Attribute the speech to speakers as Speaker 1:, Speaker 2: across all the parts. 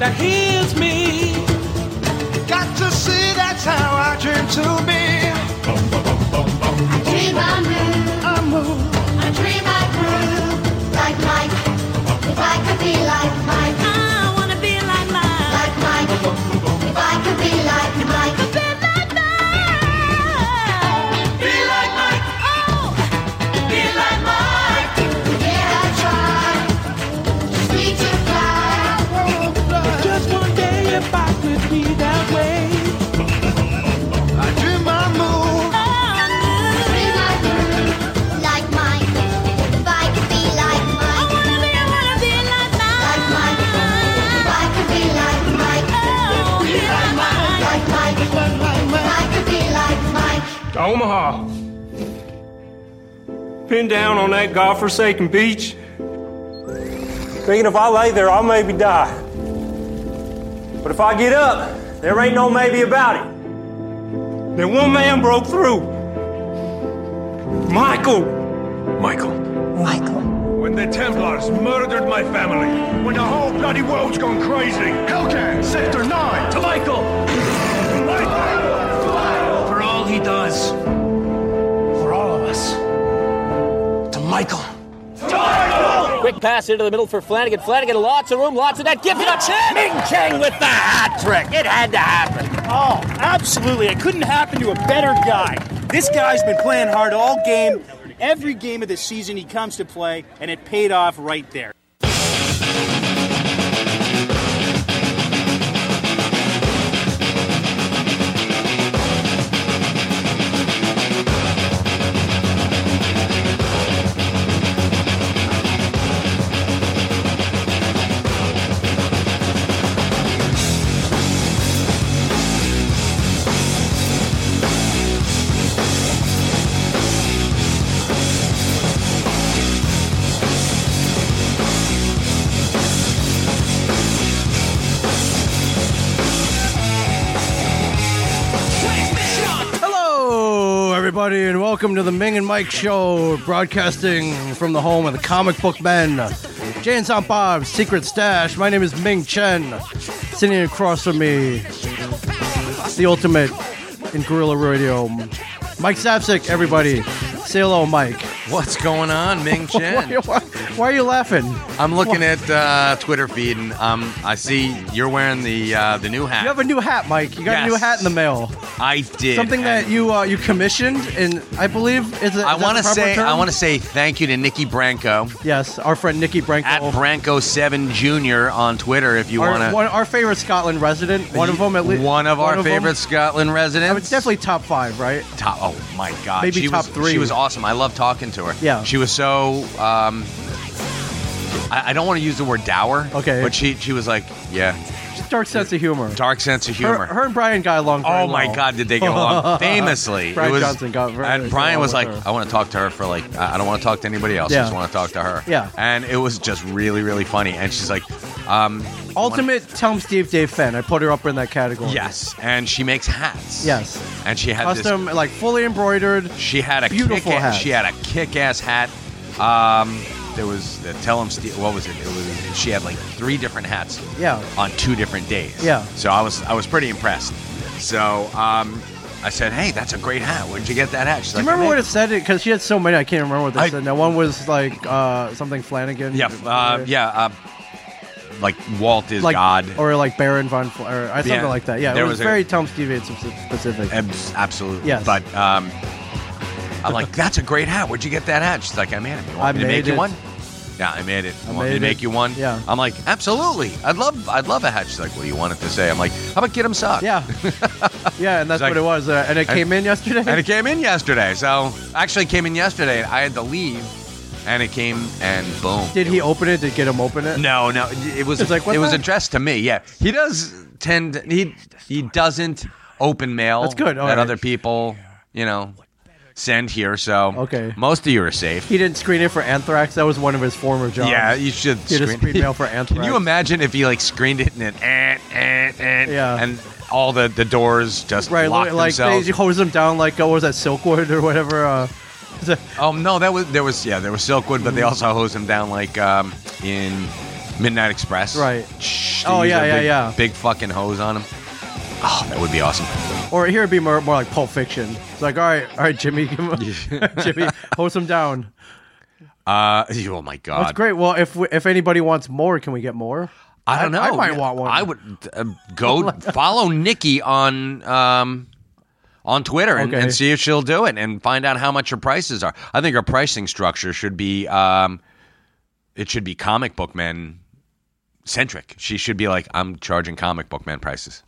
Speaker 1: that heals me.
Speaker 2: Got to see that's how I dream to be.
Speaker 3: I dream I move,
Speaker 2: I move.
Speaker 3: I dream I groove like Mike. If I could be like Mike,
Speaker 4: I wanna be like mine.
Speaker 3: like Mike. If I could be like Mike,
Speaker 4: Be like mine.
Speaker 1: Be like Mike,
Speaker 4: Oh,
Speaker 1: be like Mike.
Speaker 3: yeah I try. Just need to fly.
Speaker 1: Just one day if I could be that way.
Speaker 2: I dream I move.
Speaker 4: oh,
Speaker 3: I dream I groove like Mike. If I could be like Mike,
Speaker 4: wanna be, wanna be like mine.
Speaker 3: like Mike. If I could be like Mike,
Speaker 4: Oh, be like mine.
Speaker 3: like Mike. If I could be like Mike.
Speaker 5: Omaha. Pinned down on that godforsaken beach. Thinking if I lay there, I'll maybe die. But if I get up, there ain't no maybe about it. Then one man broke through. Michael.
Speaker 6: Michael.
Speaker 7: Michael.
Speaker 8: When the Templars murdered my family. When the whole bloody world's gone crazy. Hellcat, Sector 9. To Michael! Michael!
Speaker 6: For all he does. For all of us. To Michael.
Speaker 9: Quick pass into the middle for Flanagan. Flanagan, lots of room, lots of net. Give it a chance.
Speaker 6: Ming Chang with the hat trick. It had to happen.
Speaker 10: Oh, absolutely. It couldn't happen to a better guy. This guy's been playing hard all game. Every game of the season he comes to play, and it paid off right there.
Speaker 11: Hello, everybody, and welcome to the Ming and Mike Show, broadcasting from the home of the comic book men, Jane St. Bob's Secret Stash. My name is Ming Chen. Sitting across from me, the ultimate in guerrilla radio, Mike Zapsik, everybody. Say hello, Mike.
Speaker 12: What's going on, Ming
Speaker 11: Why,
Speaker 12: Chen?
Speaker 11: why- why are you laughing?
Speaker 12: I'm looking at uh, Twitter feed, and um, I see you're wearing the uh, the new hat.
Speaker 11: You have a new hat, Mike. You got a new
Speaker 12: Yes.
Speaker 11: hat in the mail.
Speaker 12: I did
Speaker 11: Something that
Speaker 12: and
Speaker 11: you uh, you commissioned, and I believe is.
Speaker 12: I want to say I want to say thank you to Nikki Branco
Speaker 11: Yes, our friend Nikki Branco.
Speaker 12: at Branco Seven Junior on Twitter. If you
Speaker 11: Our,
Speaker 12: want to,
Speaker 11: one, our favorite Scotland resident, one of them at least.
Speaker 12: one of our favorite Scotland residents.
Speaker 11: I mean, definitely top five, right?
Speaker 12: top. Oh my god,
Speaker 11: Maybe
Speaker 12: she
Speaker 11: top
Speaker 12: was,
Speaker 11: three.
Speaker 12: She was awesome. I love talking to her.
Speaker 11: Yeah.
Speaker 12: she was so. Um, I, I don't want to use the word dour.
Speaker 11: Okay.
Speaker 12: but she she was like, yeah,
Speaker 11: Dark sense of humor.
Speaker 12: dark sense of
Speaker 11: Her,
Speaker 12: humor.
Speaker 11: her and Brian got along. very
Speaker 12: Oh my
Speaker 11: well.
Speaker 12: God, did they get along famously?
Speaker 11: Brian
Speaker 12: It was-
Speaker 11: Johnson got very
Speaker 12: and Brian
Speaker 11: along
Speaker 12: was
Speaker 11: with
Speaker 12: like,
Speaker 11: her.
Speaker 12: "I want to talk to her for like, I I don't want to talk to anybody else. I
Speaker 11: Yeah.
Speaker 12: just want to talk to her."
Speaker 11: Yeah.
Speaker 12: and it was just really, really funny. And she's like, um,
Speaker 11: Ultimate Tom Steve Dave fan. I put her up in that category.
Speaker 12: "Yes," and she makes hats.
Speaker 11: Yes.
Speaker 12: and she had
Speaker 11: Custom, like fully embroidered.
Speaker 12: this. She had a
Speaker 11: beautiful
Speaker 12: kick
Speaker 11: hats.
Speaker 12: She had a kick-ass hat. Um, there was the tell him Steve. What was it? It was she had like three different hats.
Speaker 11: Yeah.
Speaker 12: on two different days.
Speaker 11: Yeah.
Speaker 12: So I was I was pretty impressed. So um, I said, "Hey, that's a great hat. Where'd you get that hat?" She's
Speaker 11: Do you
Speaker 12: like,
Speaker 11: remember
Speaker 12: "I
Speaker 11: what
Speaker 12: made
Speaker 11: it said? Because she had so many, I can't remember what they
Speaker 12: I-
Speaker 11: said. Now one was like uh, something Flanagan.
Speaker 12: Yeah, uh, yeah, uh, like Walt is
Speaker 11: Like
Speaker 12: God.
Speaker 11: or like Baron von Fl- or uh, something
Speaker 12: Yeah.
Speaker 11: like that. Yeah,
Speaker 12: There
Speaker 11: it was,
Speaker 12: was a-
Speaker 11: very Tom Steve Dave specific.
Speaker 12: Abs- Absolutely.
Speaker 11: Yes.
Speaker 12: But um, I'm like, that's a great hat. Where'd you get that hat? She's like, I made it. You want
Speaker 11: I
Speaker 12: me to make
Speaker 11: made
Speaker 12: you
Speaker 11: it.
Speaker 12: one? Yeah, I made it.
Speaker 11: I
Speaker 12: You want me
Speaker 11: made
Speaker 12: to make
Speaker 11: it.
Speaker 12: you one?
Speaker 11: Yeah.
Speaker 12: I'm like, absolutely. I'd love, I'd love a hat. She's like, what do you want it to say? I'm like, how about get him sock?
Speaker 11: Yeah, yeah, and that's
Speaker 12: like-
Speaker 11: what it was. Uh, and it
Speaker 12: And-
Speaker 11: came in yesterday.
Speaker 12: And it came in yesterday. So actually, it came in yesterday. I had to leave, and it came and boom.
Speaker 11: Did he open it? Did get him open it?
Speaker 12: No, no, it was
Speaker 11: It's like, what
Speaker 12: it was
Speaker 11: the-
Speaker 12: addressed to me. Yeah, he does tend he he doesn't open mail.
Speaker 11: That's good, all
Speaker 12: that
Speaker 11: right.
Speaker 12: other people you know send here. So
Speaker 11: Okay.
Speaker 12: most of you are safe.
Speaker 11: He didn't screen it for Anthrax. That was one of his former jobs.
Speaker 12: Yeah, you should.
Speaker 11: He just
Speaker 12: screen-
Speaker 11: screen mail for
Speaker 12: Can
Speaker 11: Anthrax.
Speaker 12: you imagine if he like screened it and then eh, eh, eh,
Speaker 11: Yeah.
Speaker 12: and all the the doors just
Speaker 11: Right,
Speaker 12: locked
Speaker 11: like, like
Speaker 12: themselves?
Speaker 11: they hose him down like uh, what was that Silkwood or whatever. Uh, Mm-hmm.
Speaker 12: Oh no, that was there was yeah there was Silkwood, but they also hosed him down like um, in Midnight Express.
Speaker 11: Right.
Speaker 12: Shh,
Speaker 11: Oh,
Speaker 12: they use
Speaker 11: yeah,
Speaker 12: that
Speaker 11: yeah,
Speaker 12: big,
Speaker 11: yeah.
Speaker 12: Big fucking hose on them. Oh, that would be awesome.
Speaker 11: Or here it'd be more, more like Pulp Fiction. It's like, all right, all right, Jimmy, give him, Jimmy, hose him down.
Speaker 12: Uh, oh my god.
Speaker 11: That's great. Well, if we, if anybody wants more, can we get more?
Speaker 12: I don't know.
Speaker 11: I, might want one.
Speaker 12: I would uh, go follow Nikki on um, on Twitter and,
Speaker 11: Okay.
Speaker 12: and see if she'll do it and find out how much her prices are. I think her pricing structure should be um, it should be comic book men centric. She should be like, I'm charging comic book men prices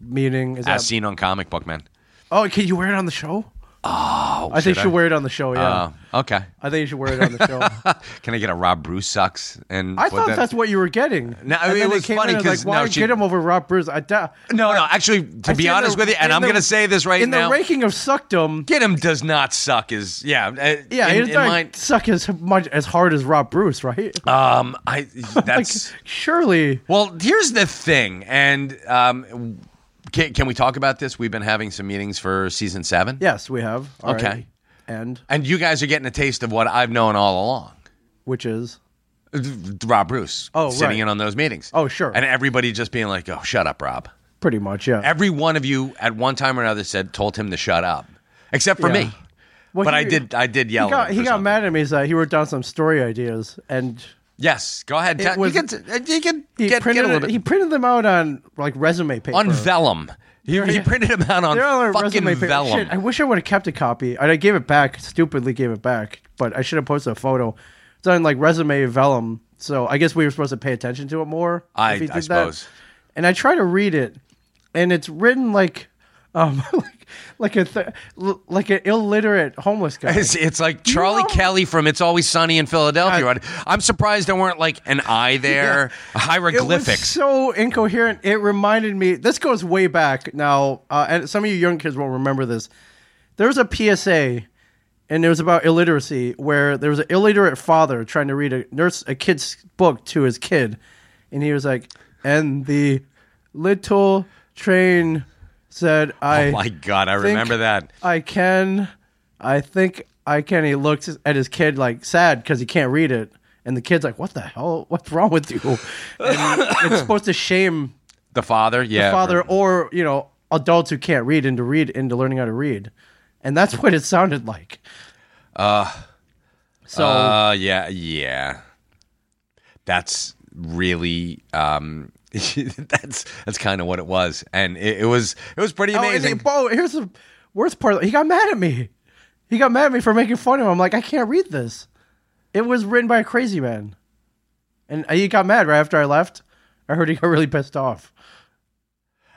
Speaker 11: Meaning is
Speaker 12: as
Speaker 11: that?
Speaker 12: seen on comic book men.
Speaker 11: Oh, can you wear it on the show?
Speaker 12: Oh,
Speaker 11: I think
Speaker 12: should
Speaker 11: you should wear it on the show. Yeah,
Speaker 12: Oh, okay.
Speaker 11: I think you should wear it on the show.
Speaker 12: Can I get a Rob Bruce sucks? And
Speaker 11: I
Speaker 12: put
Speaker 11: thought
Speaker 12: that-
Speaker 11: that's what you were getting.
Speaker 12: No, I mean,
Speaker 11: And
Speaker 12: it
Speaker 11: then they
Speaker 12: was
Speaker 11: came in
Speaker 12: funny
Speaker 11: and I was
Speaker 12: 'cause
Speaker 11: like, why
Speaker 12: no, she-
Speaker 11: get him over Rob Bruce? I da-
Speaker 12: No, no. Actually, to
Speaker 11: I
Speaker 12: be
Speaker 11: see in
Speaker 12: honest
Speaker 11: the-
Speaker 12: with you, and
Speaker 11: in
Speaker 12: I'm
Speaker 11: the-
Speaker 12: going to say this right
Speaker 11: in
Speaker 12: now.
Speaker 11: the ranking of suckdom.
Speaker 12: Get him does not suck is yeah uh,
Speaker 11: Yeah,
Speaker 12: in,
Speaker 11: he
Speaker 12: in
Speaker 11: doesn't
Speaker 12: mine-
Speaker 11: suck as much as hard as Rob Bruce, right?
Speaker 12: um I
Speaker 11: Oh
Speaker 12: that's
Speaker 11: surely
Speaker 12: well here's the thing and um can, can we talk about this we've been having some meetings for season seven
Speaker 11: Yes, we have. All
Speaker 12: Okay.
Speaker 11: right. And
Speaker 12: and you guys are getting a taste of what I've known all along
Speaker 11: which is
Speaker 12: Rob Bruce
Speaker 11: Oh,
Speaker 12: sitting
Speaker 11: right.
Speaker 12: in on those meetings
Speaker 11: Oh, sure.
Speaker 12: and everybody just being like oh shut up Rob
Speaker 11: pretty much yeah.
Speaker 12: every one of you at one time or another said told him to shut up except for
Speaker 11: Yeah.
Speaker 12: me
Speaker 11: Well,
Speaker 12: but
Speaker 11: he-
Speaker 12: I did I did yell
Speaker 11: he
Speaker 12: at
Speaker 11: got,
Speaker 12: him
Speaker 11: he
Speaker 12: for
Speaker 11: got mad at me. So he wrote down some story ideas, and
Speaker 12: Yes, go ahead.
Speaker 11: It
Speaker 12: Tell-
Speaker 11: was-
Speaker 12: you can, you can
Speaker 11: he
Speaker 12: get,
Speaker 11: printed
Speaker 12: get a little bit.
Speaker 11: he printed them out on like resume paper
Speaker 12: on vellum. He, he printed them out on
Speaker 11: They're all on
Speaker 12: fucking
Speaker 11: resume paper.
Speaker 12: vellum.
Speaker 11: Shit, I wish I would have kept a copy. And I gave it back. Stupidly gave it back, but I should have posted a photo. It's on like resume vellum, so I guess we were supposed to pay attention to it more.
Speaker 12: I-
Speaker 11: if he
Speaker 12: I
Speaker 11: did
Speaker 12: suppose.
Speaker 11: And I try to read it, and it's written like, um, like, like a th- l- like an illiterate homeless guy.
Speaker 12: It's, it's like Charlie Kelly from It's Always Sunny in Philadelphia. right? I'm surprised there weren't like an eye there,
Speaker 11: It was
Speaker 12: hieroglyphics.
Speaker 11: so incoherent. It reminded me. This goes way back now, uh, and some of you young kids won't remember this. There was a PSA, and it was about illiteracy, where there was an illiterate father trying to read a nurse a kid's book to his kid, and he was like, "And the little train said, I
Speaker 12: oh my god, I
Speaker 11: think
Speaker 12: remember that.
Speaker 11: I can. I think I can. He looks at his kid like sad because he can't read it. And the kid's like, what the hell? What's wrong with you? And it's supposed to shame
Speaker 12: The father, yeah,
Speaker 11: the father or, you know, adults who can't read into read into learning how to read. And that's what it sounded like.
Speaker 12: Uh,
Speaker 11: So-
Speaker 12: uh, yeah, yeah. That's really um, that's that's kind of what it was, and it, it was it was pretty
Speaker 11: Oh, and
Speaker 12: amazing.
Speaker 11: he- Oh, here's the worst part. He got mad at me. He got mad at me for making fun of him. I'm like, I can't read this. It was written by a crazy man. And he got mad right after I left. I heard he got really pissed off.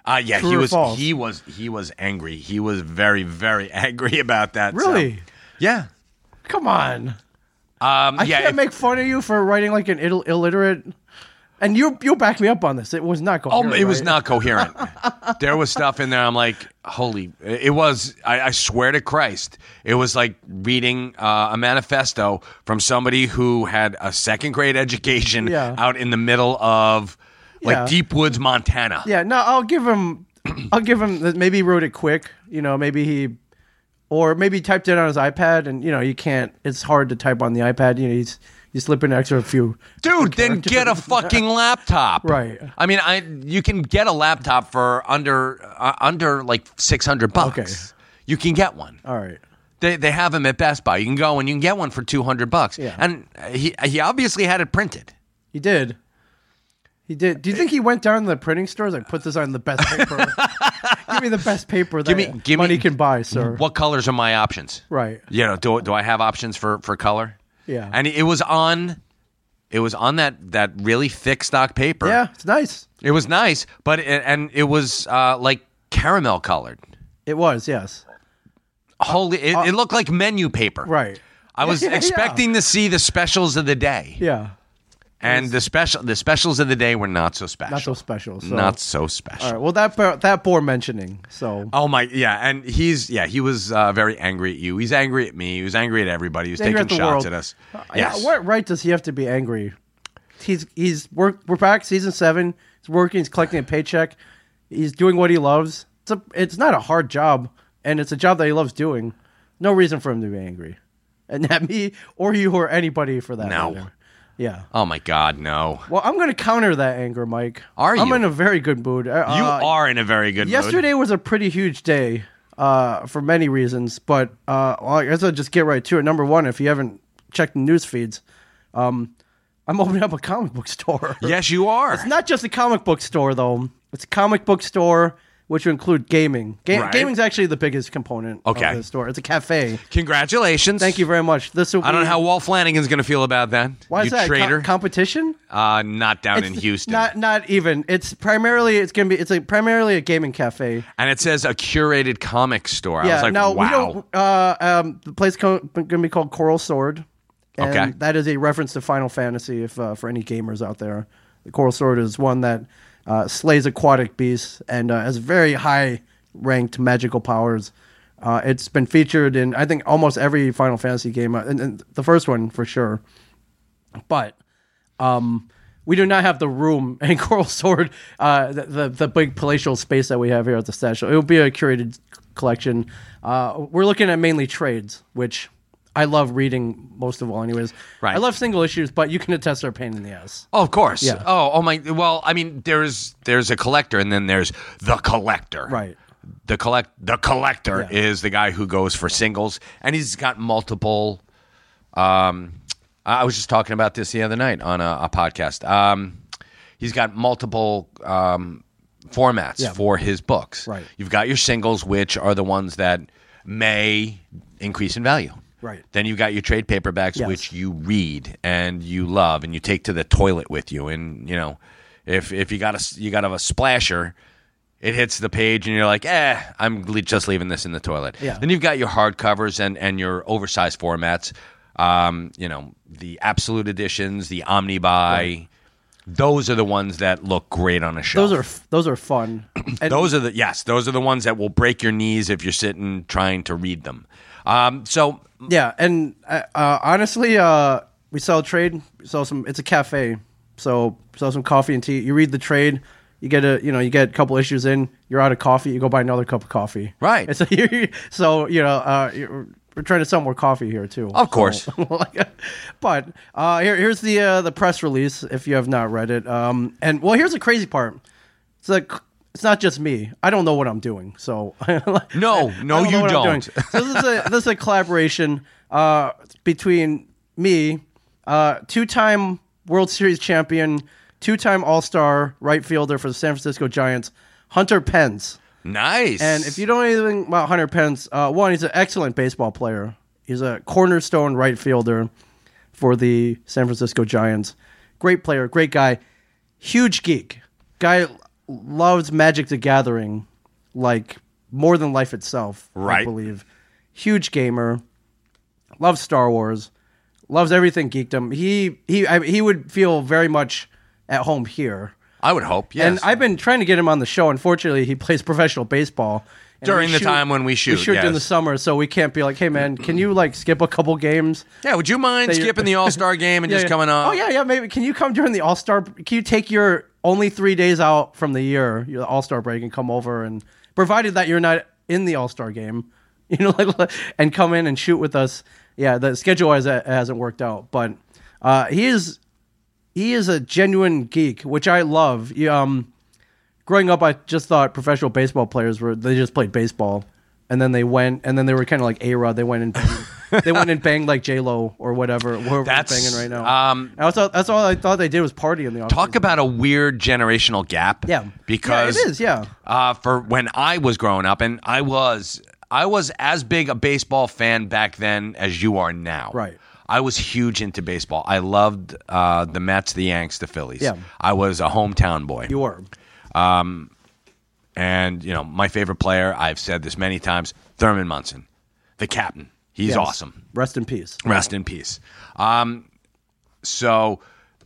Speaker 12: Uh, yeah,
Speaker 11: True
Speaker 12: he
Speaker 11: or
Speaker 12: was
Speaker 11: false?
Speaker 12: he was he was angry. He was very very angry about that. so-
Speaker 11: Really?
Speaker 12: yeah.
Speaker 11: Come on.
Speaker 12: Um,
Speaker 11: I
Speaker 12: yeah.
Speaker 11: can't
Speaker 12: if-
Speaker 11: make fun of you for writing like an Ill- illiterate. And you you back me up on this. It was not going.
Speaker 12: oh, it was not coherent. there was stuff in there. I'm like, holy! It was. I, I swear to Christ, it was like reading uh, a manifesto from somebody who had a second grade education
Speaker 11: Yeah.
Speaker 12: out in the middle of like
Speaker 11: Yeah.
Speaker 12: deep woods, Montana.
Speaker 11: Yeah, no, I'll give him. I'll give him. that Maybe he wrote it quick. You know, maybe he, or maybe he typed it on his iPad, and you know, you can't. It's hard to type on the iPad. You know, he's you slip in an extra few.
Speaker 12: Dude, then get a fucking laptop.
Speaker 11: Right.
Speaker 12: I mean, I you can get a laptop for under uh, under like six hundred bucks. You can get one.
Speaker 11: All right.
Speaker 12: They they have them at Best Buy. You can go and you can get one for two hundred bucks.
Speaker 11: Yeah.
Speaker 12: And uh, he he obviously had it printed.
Speaker 11: He did. He did. Do you think he went down to the printing stores like put this on the best paper? give me the best paper that
Speaker 12: Give me give
Speaker 11: money
Speaker 12: me
Speaker 11: can buy, sir.
Speaker 12: What colors are my options?
Speaker 11: Right.
Speaker 12: You know, do do I have options for for color?
Speaker 11: Yeah.
Speaker 12: And it was on, it was on that that really thick stock paper.
Speaker 11: Yeah, it's nice.
Speaker 12: It was nice, but it, and it was uh, like caramel colored.
Speaker 11: It was. Yes.
Speaker 12: Holy! It, it looked like menu paper.
Speaker 11: Right.
Speaker 12: I was
Speaker 11: Yeah, yeah.
Speaker 12: expecting to see the specials of the day,
Speaker 11: Yeah.
Speaker 12: and the special the specials of the day were not so special.
Speaker 11: Not so special. So.
Speaker 12: Not so special.
Speaker 11: All right. Well, that bo- that bore mentioning. So
Speaker 12: Oh my! Yeah, and he's yeah he was uh, very angry at you. He's angry at me. He was angry at everybody. He was
Speaker 11: Angry
Speaker 12: taking
Speaker 11: at the
Speaker 12: shots
Speaker 11: world.
Speaker 12: at us.
Speaker 11: Uh,
Speaker 12: Yes.
Speaker 11: Yeah, what right does he have to be angry? He's he's work. We're back season seven. He's working. He's collecting a paycheck. He's doing what he loves. It's a, it's not a hard job, and it's a job that he loves doing. No reason for him to be angry, and at me or you or anybody for that.
Speaker 12: No.
Speaker 11: matter. Yeah.
Speaker 12: Oh my God, no.
Speaker 11: Well, I'm going to counter that anger, Mike. Are I'm
Speaker 12: you?
Speaker 11: in a very good mood. Uh,
Speaker 12: You
Speaker 11: uh,
Speaker 12: are in a very good mood.
Speaker 11: Yesterday was a pretty huge day uh, for many reasons, but uh, well, I guess I'll just get right to it. Number one, if you haven't checked the news feeds, um, I'm opening up a comic book store.
Speaker 12: Yes, you are.
Speaker 11: It's not just a comic book store, though. It's a comic book store, which would include gaming. Ga-
Speaker 12: Right.
Speaker 11: Gaming's actually the biggest component
Speaker 12: Okay.
Speaker 11: of the store. It's a cafe.
Speaker 12: Congratulations.
Speaker 11: Thank you very much. This will
Speaker 12: I don't
Speaker 11: be-
Speaker 12: know how Walt Flanagan's going to feel about that.
Speaker 11: Why
Speaker 12: you
Speaker 11: is that? Co-
Speaker 12: traitor.
Speaker 11: competition?
Speaker 12: uh, not down
Speaker 11: It's
Speaker 12: in Houston.
Speaker 11: Not not even. It's primarily it's gonna be it's a primarily a gaming cafe.
Speaker 12: and it says a curated comic store. I was like,
Speaker 11: now we
Speaker 12: wow.
Speaker 11: don't. Uh, um, the place co- gonna be called Coral Sword. And
Speaker 12: Okay.
Speaker 11: that is a reference to Final Fantasy. If uh, for any gamers out there, the Coral Sword is one that uh, slays aquatic beasts and uh, has very high ranked magical powers. Uh, it's been featured in I think almost every Final Fantasy game, uh, and, and the first one for sure. But um, we do not have the room and Coral Sword, uh, the, the the big palatial space that we have here at the statue. It will be a curated collection. Uh, we're looking at mainly trades, which I love reading most of all. Anyways,
Speaker 12: Right.
Speaker 11: I love single issues, but you can attest they're a pain in the ass.
Speaker 12: Oh, of course.
Speaker 11: Yeah.
Speaker 12: Oh, oh my. Well, I mean, there's there's a collector, and then there's the collector.
Speaker 11: Right.
Speaker 12: The collect the collector is the guy who goes for singles, and he's got multiple. Um, I I was just talking about this the other night on a, a podcast. Um, he's got multiple um, formats
Speaker 7: Yeah.
Speaker 12: for his books.
Speaker 7: Right.
Speaker 12: You've got your singles, which are the ones that may increase in value.
Speaker 11: Right.
Speaker 12: Then you've got your trade paperbacks,
Speaker 11: Yes.
Speaker 12: which you read and you love, and you take to the toilet with you. And you know, if if you got a s- you got a splasher, it hits the page, and you're like, eh, I'm le- just leaving this in the toilet.
Speaker 7: Yeah.
Speaker 12: Then you've got your hardcovers and and your oversized formats. Um, you know, the absolute editions, the omnibuy. Those are the ones that look great on a shelf.
Speaker 11: Those are f- those are fun. And-
Speaker 12: those are the yes, those are the ones that will break your knees if you're sitting trying to read them. Um, so
Speaker 11: Yeah, and uh, uh, honestly, uh, we sell trade. We sell some. It's a cafe, so we sell some coffee and tea. You read the trade, you get a you know you get a couple issues in. You're out of coffee. You go buy another cup of coffee.
Speaker 12: Right.
Speaker 11: so you so you know uh, you're, we're trying to sell more coffee here too.
Speaker 12: Of course.
Speaker 11: So- but uh, here, here's the uh, the press release if you have not read it. Um, and well, here's the crazy part. It's like it's not just me. I don't know what I'm doing. So
Speaker 12: no, no,
Speaker 11: I know
Speaker 12: you
Speaker 11: what I'm
Speaker 12: don't.
Speaker 11: doing. So this is a this is a collaboration uh, between me, uh, two-time World Series champion, two-time All-Star right fielder for the San Francisco Giants, Hunter Pence.
Speaker 12: Nice.
Speaker 11: And if you don't know anything about Hunter Pence, uh, one, he's an excellent baseball player. He's a cornerstone right fielder for the San Francisco Giants. Great player, great guy, huge geek. Guy loves Magic the Gathering like more than life itself, I
Speaker 12: Right.
Speaker 11: believe. Huge gamer, loves Star Wars, loves everything geekdom. He he I, he would feel very much at home here.
Speaker 12: I would hope, yes.
Speaker 11: And I've been trying to get him on the show. Unfortunately, he plays professional baseball and
Speaker 12: During
Speaker 11: we
Speaker 12: the time when we shoot,
Speaker 11: We shoot in
Speaker 12: yes. Mm-hmm.
Speaker 11: the summer, so we can't be like, "Hey, man, can you like skip a couple games?"
Speaker 12: Yeah, would you mind
Speaker 11: That you're-
Speaker 12: skipping the All Star game and
Speaker 11: Yeah,
Speaker 12: just
Speaker 11: yeah.
Speaker 12: coming on?
Speaker 11: Oh yeah, yeah. Maybe can you come during the All Star? Can you take your only three days out from the year, your All Star break, and come over and provided that you're not in the All Star game, you know, like and come in and shoot with us. Yeah, the schedule has, hasn't worked out, but uh, he is he is a genuine geek, which I love. He, um, growing up, I just thought professional baseball players were they just played baseball, and then they went, and then they were kind of like A Rod. They went and they went and banged like J Lo or whatever. whoever was
Speaker 12: That's-
Speaker 11: banging right now. Um, that's all, that's all I thought they did was party in the office.
Speaker 12: Talk about a weird generational gap.
Speaker 11: Yeah,
Speaker 12: Because
Speaker 11: yeah, it is. Yeah,
Speaker 12: uh, for when I was growing up, and I was I was as big a baseball fan back then as you are now.
Speaker 11: Right.
Speaker 12: I was huge into baseball. I loved uh, the Mets, the Yanks, the Phillies.
Speaker 11: Yeah.
Speaker 12: I was a hometown boy.
Speaker 11: you were.
Speaker 12: Um, and you know my favorite player. I've said this many times. Thurman Munson, the captain. He's
Speaker 11: Yes.
Speaker 12: awesome.
Speaker 11: Rest in peace.
Speaker 12: Rest in peace. Um, so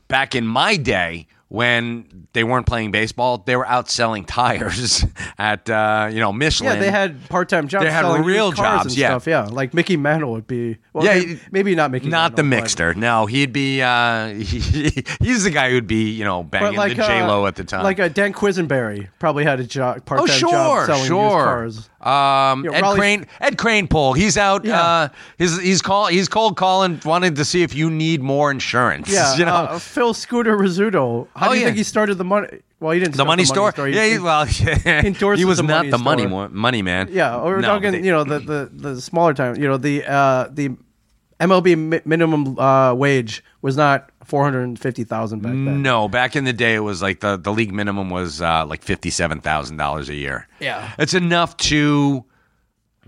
Speaker 12: back in my day when they weren't playing baseball, they were out selling tires at uh, you know Michelin.
Speaker 11: Yeah, they had part-time jobs.
Speaker 12: They had
Speaker 11: selling
Speaker 12: real
Speaker 11: used cars
Speaker 12: jobs,
Speaker 11: and
Speaker 12: yeah.
Speaker 11: stuff. Yeah, like Mickey Mantle would be. Well,
Speaker 12: Yeah,
Speaker 11: maybe, maybe not Mickey.
Speaker 12: Not the
Speaker 11: Mantle, but-
Speaker 12: mixter. No, he'd be. Uh, he's the guy who'd be, you know,
Speaker 11: But
Speaker 12: banging
Speaker 11: like
Speaker 12: the J Lo
Speaker 11: uh,
Speaker 12: at the time.
Speaker 11: Like uh, Dan Quisenberry probably had a job, part-time
Speaker 12: oh, sure,
Speaker 11: job selling
Speaker 12: sure.
Speaker 11: used cars.
Speaker 12: Um,
Speaker 11: Yeah,
Speaker 12: Ed
Speaker 11: Raleigh's-
Speaker 12: Crane, Ed Crane poll. He's out.
Speaker 11: Yeah.
Speaker 12: Uh, he's he's call he's cold calling, wanted to see if you need more insurance.
Speaker 11: Yeah,
Speaker 12: you know,
Speaker 11: uh, Phil Scooter Rizzuto. How
Speaker 12: Oh,
Speaker 11: do you
Speaker 12: yeah.
Speaker 11: think he started the money? Well, he didn't.
Speaker 12: the
Speaker 11: start
Speaker 12: money, store?
Speaker 11: He-
Speaker 12: Yeah, he, well, yeah.
Speaker 11: endorses
Speaker 12: he was
Speaker 11: the
Speaker 12: not
Speaker 11: money
Speaker 12: the money mo-
Speaker 11: store.
Speaker 12: money man.
Speaker 11: Yeah, or we're
Speaker 12: No,
Speaker 11: talking,
Speaker 12: they-
Speaker 11: you know, the, the the smaller time, you know, the uh the MLB mi- minimum uh wage was not 450,000 back then.
Speaker 12: No, back in the day, it was like the, the league minimum was uh, like fifty seven thousand dollars a year.
Speaker 11: Yeah.
Speaker 12: it's enough to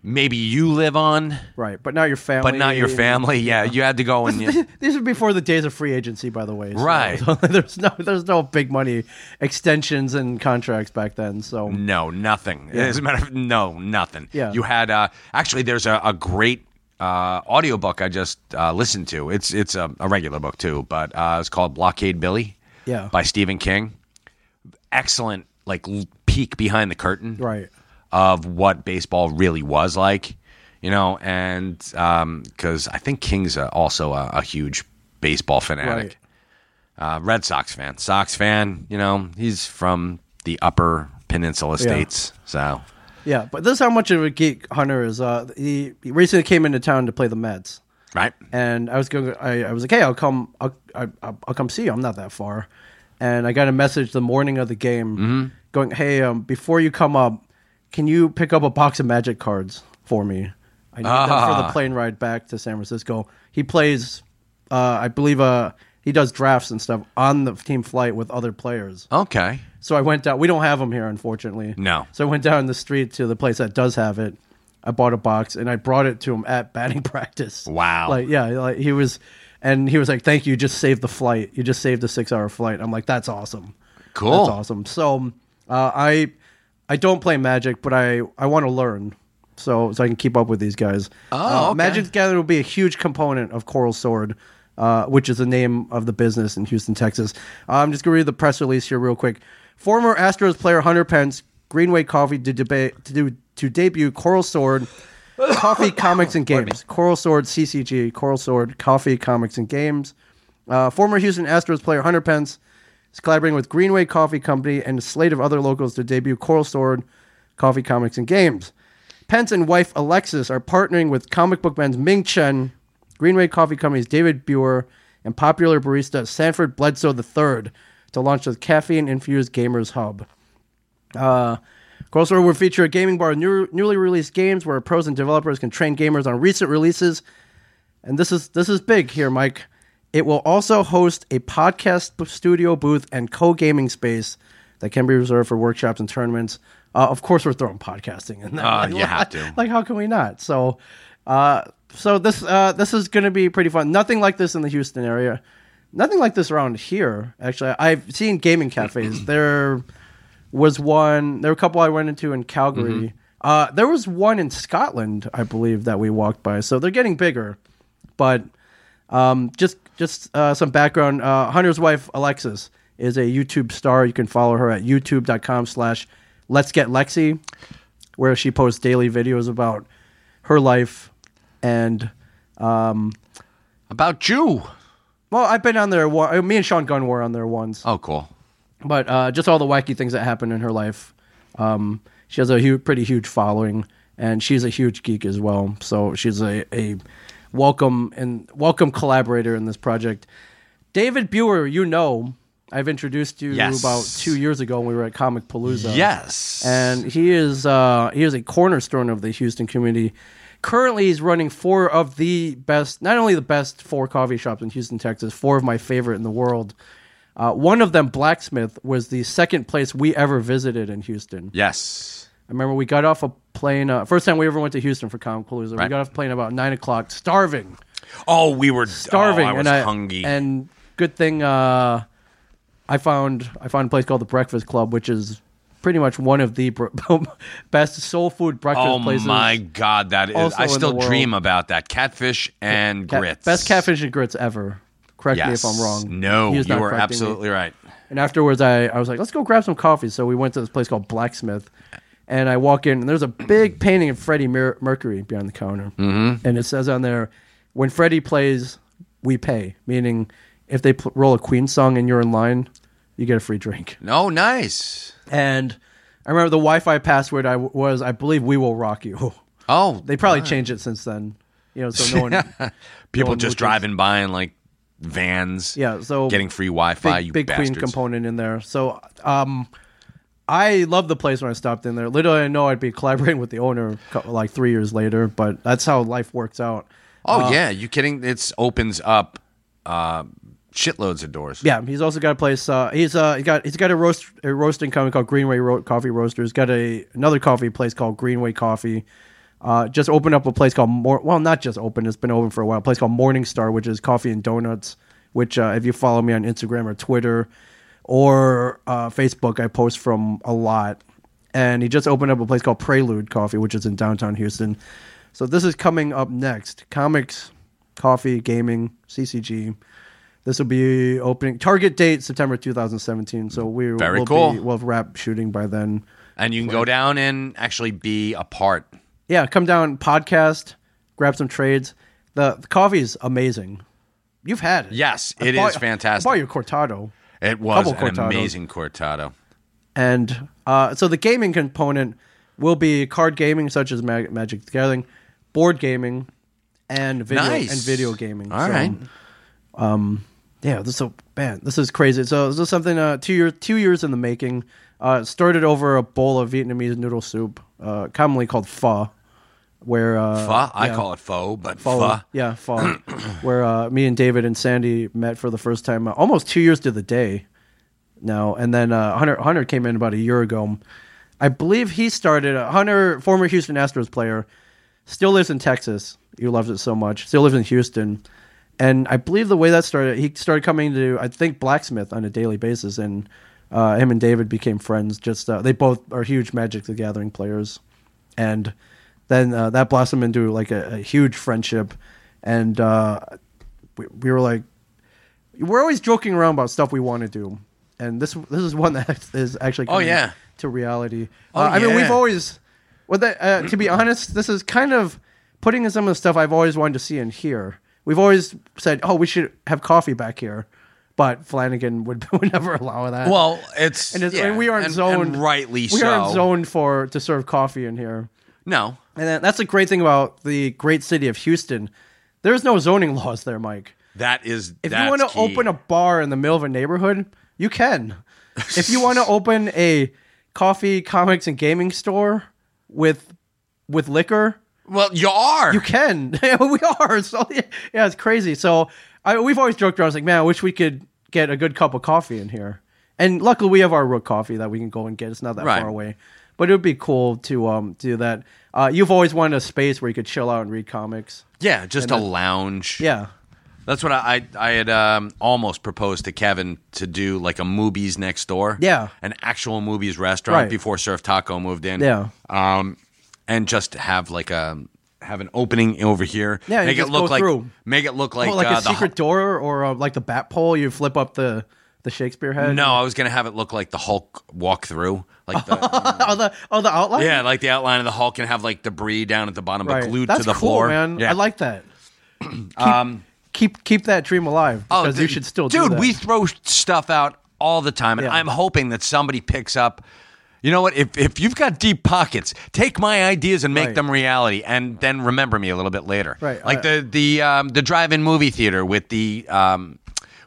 Speaker 12: maybe you live on,
Speaker 11: Right, but not your family.
Speaker 12: but not your family. Yeah, you had to go and
Speaker 11: These are before the days of free agency, by the way. so-
Speaker 12: Right.
Speaker 11: so there's no there's no big money extensions and contracts back then. So
Speaker 12: no nothing.
Speaker 11: Yeah.
Speaker 12: As a matter of no nothing.
Speaker 11: Yeah.
Speaker 12: you had uh, actually there's a, a great. Uh, audiobook I just uh, listened to. It's it's a, a regular book too, but uh, it's called Blockade Billy.
Speaker 11: Yeah.
Speaker 12: by Stephen King. Excellent, like l- peek behind the curtain.
Speaker 11: Right.
Speaker 12: of what baseball really was like, you know, and because I think King's a, also a, a huge baseball fanatic, uh, Red Sox fan, Sox fan, you know, he's from the Upper Peninsula
Speaker 11: Yeah.
Speaker 12: states, so
Speaker 11: yeah, but this is how much of a geek Hunter is. Uh, he, he recently came into town to play the Mets.
Speaker 12: right.
Speaker 11: and I was going. I, I was like, "Hey, I'll come. I'll, I, I'll I'll come see you. I'm not that far." And I got a message the morning of the game, going, "Hey, um, before you come up, can you pick up a box of Magic cards for me? I need them for
Speaker 12: Ah.
Speaker 11: the plane ride back to San Francisco." He plays, uh, I believe, uh, he does drafts and stuff on the team flight with other players.
Speaker 12: Okay,
Speaker 11: So I went down. We don't have them here, unfortunately.
Speaker 12: No.
Speaker 11: So I went down the street to the place that does have it. I bought a box and I brought it to him at batting practice.
Speaker 12: Wow.
Speaker 11: Like yeah, like he was, and he was like, "Thank you. You Just saved the flight. You just saved a six-hour flight." I'm like, "That's awesome.
Speaker 12: Cool.
Speaker 11: That's awesome." So uh, I I don't play Magic, but I I want to learn. So, so I can keep up with these guys.
Speaker 12: Oh,
Speaker 11: Uh,
Speaker 12: okay.
Speaker 11: Magic the Gathering will be a huge component of Coral Sword, uh, which is the name of the business in Houston, Texas. Uh, I'm just going to read the press release here real quick. Former Astros player Hunter Pence, Greenway Coffee to debate to do to debut Coral Sword. Coffee, comics, and games. Coral Sword, CCG, Coral Sword, Coffee, comics, and games. Uh, former Houston Astros player Hunter Pence is collaborating with Greenway Coffee Company and a slate of other locals to debut Coral Sword, Coffee, comics, and games. Pence and wife Alexis are partnering with comic book man's Ming Chen, Greenway Coffee Company's David Buer, and popular barista Sanford Bledsoe III to launch the caffeine infused Gamers Hub. Uh, Coral Sword will feature a gaming bar of new, newly released games where pros and developers can train gamers on recent releases. And this is this is big here, Mike. It will also host a podcast b- studio booth and co-gaming space that can be reserved for workshops and tournaments. Uh, of course, we're throwing podcasting in there.
Speaker 12: Uh, you have to.
Speaker 11: Like, how can we not? So, uh, so this uh, this is going to be pretty fun. Nothing like this in the Houston area. Nothing like this around here. Actually, I've seen gaming cafes. there was one. There were a couple I went into in Calgary. Uh, there was one in Scotland, I believe, that we walked by. So they're getting bigger, but um, just just uh, some background. Uh, Hunter's wife Alexis is a YouTube star. You can follow her at youtube.com/slash Let's Get Lexi, where she posts daily videos about her life and. Um,
Speaker 12: about you.
Speaker 11: Well, I've been on there. One, me and Sean Gunn were on there once
Speaker 12: Oh, cool.
Speaker 11: but uh, just all the wacky things that happened in her life. Um, she has a hu pretty huge following, and she's a huge geek as well. So she's a, a welcome and welcome collaborator in this project. David Buer, you know, I've introduced you
Speaker 12: Yes.
Speaker 11: about two years ago when we were at Comic Palooza.
Speaker 12: Yes.
Speaker 11: and he is uh, he is a cornerstone of the Houston community. Currently, he's running four of the best, not only the best four coffee shops in Houston, Texas, four of my favorite in the world. Uh, one of them, Blacksmith, was the second place we ever visited in Houston.
Speaker 12: Yes.
Speaker 11: I remember we got off a plane. Uh, first time we ever went to Houston for Comic Palooza, we
Speaker 12: Right.
Speaker 11: got off a plane about nine o'clock, starving,
Speaker 12: Oh, we were
Speaker 11: starving,
Speaker 12: Oh, I was
Speaker 11: and I
Speaker 12: hungry.
Speaker 11: and good thing uh, I found I found a place called the Breakfast Club, which is pretty much one of the br- best soul food breakfast
Speaker 12: oh
Speaker 11: places.
Speaker 12: my god, that is!
Speaker 11: also
Speaker 12: I
Speaker 11: in the
Speaker 12: still
Speaker 11: world.
Speaker 12: dream about that catfish and
Speaker 11: Ca-
Speaker 12: grits.
Speaker 11: Best catfish and grits ever. Correct me if
Speaker 12: Yes.
Speaker 11: I'm wrong.
Speaker 12: No,
Speaker 11: He was
Speaker 12: you
Speaker 11: not
Speaker 12: are
Speaker 11: correcting me.
Speaker 12: absolutely right.
Speaker 11: And afterwards, I, I was like, let's go grab some coffee. So we went to this place called Blacksmith. And I walk in, and there's a big painting of Freddie Mer- Mercury behind the counter. Mm-hmm. And it says on there, when Freddie plays, we pay. Meaning, if they pl- roll a Queen song and you're in line, you get a free drink.
Speaker 12: No, nice.
Speaker 11: And I remember the Wi-Fi password I w- was I believe we will rock you.
Speaker 12: Oh,
Speaker 11: they probably
Speaker 12: wow.
Speaker 11: changed it since then. You know, so no one no
Speaker 12: People
Speaker 11: one
Speaker 12: just
Speaker 11: moved
Speaker 12: driving by in like vans.
Speaker 11: Yeah, so
Speaker 12: getting free Wi-Fi.
Speaker 11: Big,
Speaker 12: you
Speaker 11: big
Speaker 12: bastards.
Speaker 11: Queen component in there. So, um, I love the place when I stopped in there. Little did I know I'd be collaborating with the owner co- like three years later, but that's how life works out.
Speaker 12: Oh
Speaker 11: Uh,
Speaker 12: yeah, you kidding? It's opens up uh, shitloads of doors.
Speaker 11: Yeah, he's also got a place. Uh, he's uh, he got he's got a roast a roasting company called Greenway Ro- Coffee Roasters. He's got a another coffee place called Greenway Coffee. Uh, just opened up a place called Mor- well, not just open. It's been open for a while. A place called Morning Star, which is coffee and donuts. Which uh, if you follow me on Instagram or Twitter or uh, Facebook, I post from a lot. And he just opened up a place called Prelude Coffee, which is in downtown Houston. So this is coming up next: comics, coffee, gaming, CCG. This will be opening target date September 2017. So we
Speaker 12: Very
Speaker 11: will
Speaker 12: cool.
Speaker 11: be, we'll have wrap shooting by then.
Speaker 12: And you can go down and actually be a part.
Speaker 11: Yeah, come down, podcast, grab some trades. The, the coffee is amazing. You've had it.
Speaker 12: Yes,
Speaker 11: I
Speaker 12: it is
Speaker 11: bought-
Speaker 12: fantastic.
Speaker 11: I bought your cortado.
Speaker 12: It was
Speaker 11: Couple
Speaker 12: an
Speaker 11: cortados.
Speaker 12: amazing cortado.
Speaker 11: And uh, so the gaming component will be card gaming, such as Mag- Magic the Gathering, board gaming, and video
Speaker 12: Nice.
Speaker 11: and video gaming.
Speaker 12: All right.
Speaker 11: Um, yeah, this is so man, this is crazy. So this is something uh, two years two years in the making. Uh, it started over a bowl of Vietnamese noodle soup, uh, commonly called pho, where uh,
Speaker 12: Pho? I
Speaker 11: yeah.
Speaker 12: call it pho, but
Speaker 11: Pho.
Speaker 12: pho.
Speaker 11: yeah, pho, where uh, me and David and Sandy met for the first time uh, almost two years to the day now. And then uh, Hunter Hunter came in about a year ago. I believe he started. Uh, Hunter, former Houston Astros player, still lives in Texas. He loves it so much. Still lives in Houston, and I believe the way that started, he started coming to I think Blacksmith on a daily basis, and uh, him and David became friends. Just uh, they both are huge Magic the Gathering players, and then uh, that blossomed into like a, a huge friendship, and uh, we, we were like, we're always joking around about stuff we want to do, and this this is one that is actually
Speaker 12: Oh,
Speaker 11: coming
Speaker 12: yeah.
Speaker 11: to reality.
Speaker 12: Oh,
Speaker 11: Uh, I mean,
Speaker 12: yeah.
Speaker 11: we've always well, that, uh, to be honest, this is kind of putting in some of the stuff I've always wanted to see in here. We've always said, "Oh, we should have coffee back here," but Flanagan would, would never allow that.
Speaker 12: Well, it's
Speaker 11: and, it's,
Speaker 12: yeah,
Speaker 11: and we aren't
Speaker 12: and-
Speaker 11: zoned,
Speaker 12: and rightly
Speaker 11: we
Speaker 12: so.
Speaker 11: aren't zoned for to serve coffee in here.
Speaker 12: No,
Speaker 11: And that, that's the great thing about the great city of Houston. There's no zoning laws there, Mike.
Speaker 12: that is.
Speaker 11: If
Speaker 12: that's
Speaker 11: you want to
Speaker 12: key.
Speaker 11: open a bar in the middle of a neighborhood, you can. if you want to open a coffee, comics, and gaming store with with liquor,
Speaker 12: well, you are.
Speaker 11: you can. we are. So yeah, yeah, it's crazy. So I, we've always joked around. I was like, man, I wish we could get a good cup of coffee in here. And luckily, we have our Rook coffee that we can go and get. It's not that
Speaker 12: Right.
Speaker 11: far away, but it would be cool to um do that. Uh, you've always wanted a space where you could chill out and read comics.
Speaker 12: yeah, just
Speaker 11: And
Speaker 12: a
Speaker 11: then-
Speaker 12: lounge.
Speaker 11: Yeah.
Speaker 12: That's what I I, I had um, almost proposed to Kevin to do like a movies next door.
Speaker 11: Yeah.
Speaker 12: an actual movies restaurant
Speaker 11: Right.
Speaker 12: before Surf Taco moved in.
Speaker 11: Yeah.
Speaker 12: um, and just have like a have an opening over here.
Speaker 11: Yeah, you
Speaker 12: make it
Speaker 11: just
Speaker 12: look
Speaker 11: go
Speaker 12: like
Speaker 11: through.
Speaker 12: make it look like,
Speaker 11: oh, like
Speaker 12: uh,
Speaker 11: a
Speaker 12: the ho-
Speaker 11: secret door or uh, like the bat pole. You flip up the the Shakespeare head.
Speaker 12: No, I was gonna have it look like the Hulk walkthrough, like the
Speaker 11: oh the oh the outline.
Speaker 12: yeah, like the outline of the Hulk, and have like debris down at the bottom,
Speaker 11: right.
Speaker 12: but glued
Speaker 11: That's
Speaker 12: to the
Speaker 11: cool,
Speaker 12: floor.
Speaker 11: man.
Speaker 12: Yeah.
Speaker 11: I like that. um, keep keep that dream alive
Speaker 12: Oh,
Speaker 11: because you
Speaker 12: dude-
Speaker 11: should still do
Speaker 12: dude.
Speaker 11: that.
Speaker 12: We throw stuff out all the time, and
Speaker 11: Yeah.
Speaker 12: I'm hoping that somebody picks up. You know what? If if you've got deep pockets, take my ideas and make
Speaker 11: Right.
Speaker 12: them reality, and then remember me a little bit later.
Speaker 11: Right,
Speaker 12: Like
Speaker 11: I-
Speaker 12: the the um, the drive-in movie theater with the um,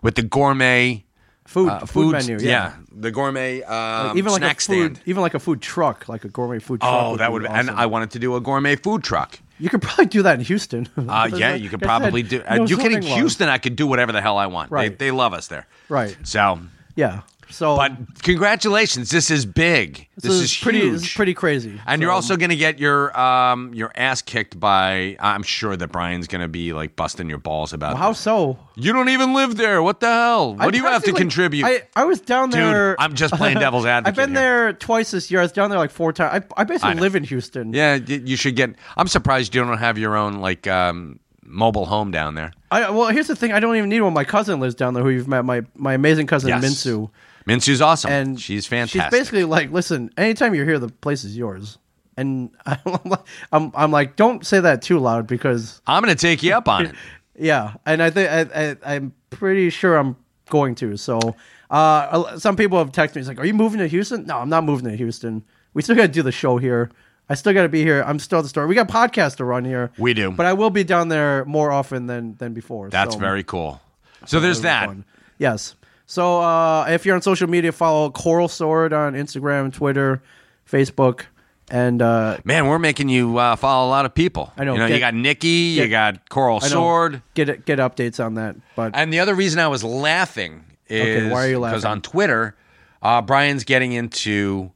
Speaker 12: with the gourmet
Speaker 11: food
Speaker 12: uh,
Speaker 11: food
Speaker 12: foods-
Speaker 11: menu. Yeah.
Speaker 12: the gourmet um,
Speaker 11: Like, even like
Speaker 12: snack
Speaker 11: a food,
Speaker 12: stand.
Speaker 11: even like a food truck, like a gourmet food truck.
Speaker 12: Oh, that would
Speaker 11: be
Speaker 12: and
Speaker 11: awesome.
Speaker 12: I wanted to do a gourmet food truck.
Speaker 11: you could probably do that in Houston.
Speaker 12: Uh, yeah, you could probably do. Uh, you can in Houston. I could do whatever the hell I want.
Speaker 11: Right.
Speaker 12: They, they love us there.
Speaker 11: Right.
Speaker 12: So,
Speaker 11: Yeah. So
Speaker 12: but congratulations, this is big. This, is,
Speaker 11: pretty
Speaker 12: huge.
Speaker 11: this is pretty crazy.
Speaker 12: and you're also going to get your um your ass kicked by. I'm sure that Brian's going to be like busting your balls about.
Speaker 11: How so?
Speaker 12: You don't even live there. What the hell? What
Speaker 11: I
Speaker 12: do you have to
Speaker 11: practically-
Speaker 12: contribute?
Speaker 11: I, I was down
Speaker 12: Dude,
Speaker 11: there.
Speaker 12: I'm just playing devil's
Speaker 11: I've
Speaker 12: advocate
Speaker 11: been
Speaker 12: here.
Speaker 11: there twice this year. I was down there like four times. I, I basically
Speaker 12: I know.
Speaker 11: live in Houston.
Speaker 12: yeah, y- you should get. I'm surprised you don't have your own like um mobile home down there.
Speaker 11: I, well, here's the thing. I don't even need one. My cousin lives down there, who you've met. My my amazing cousin
Speaker 12: Yes.
Speaker 11: Minsu.
Speaker 12: Minsu's awesome.
Speaker 11: And
Speaker 12: she's
Speaker 11: She's
Speaker 12: fantastic.
Speaker 11: basically like, listen, anytime you're here, the place is yours. And I'm like, I'm, I'm like, don't say that too loud because
Speaker 12: I'm going to take you up on it.
Speaker 11: yeah. And I think I, I, I'm pretty sure I'm going to. So uh, some people have texted me. It's like, are you moving to Houston? No, I'm not moving to Houston. We still got to do the show here. I still got to be here. I'm still at the store. We got podcast to run here.
Speaker 12: We do.
Speaker 11: But I will be down there more often than than before.
Speaker 12: That's
Speaker 11: so-
Speaker 12: very cool. So there's that.
Speaker 11: Yes. So uh, if you're on social media, follow Coral Sword on Instagram, Twitter, Facebook, and uh,
Speaker 12: Man, we're making you uh, follow a lot of people. I
Speaker 11: know,
Speaker 12: You know, you
Speaker 11: get-
Speaker 12: got Nikki, you
Speaker 11: get-
Speaker 12: got Coral
Speaker 11: I know,
Speaker 12: Sword.
Speaker 11: Get get updates on that. But
Speaker 12: And the other reason I was laughing
Speaker 11: Okay,
Speaker 12: is
Speaker 11: why are you
Speaker 12: because
Speaker 11: laughing?
Speaker 12: on Twitter, uh, Brian's getting into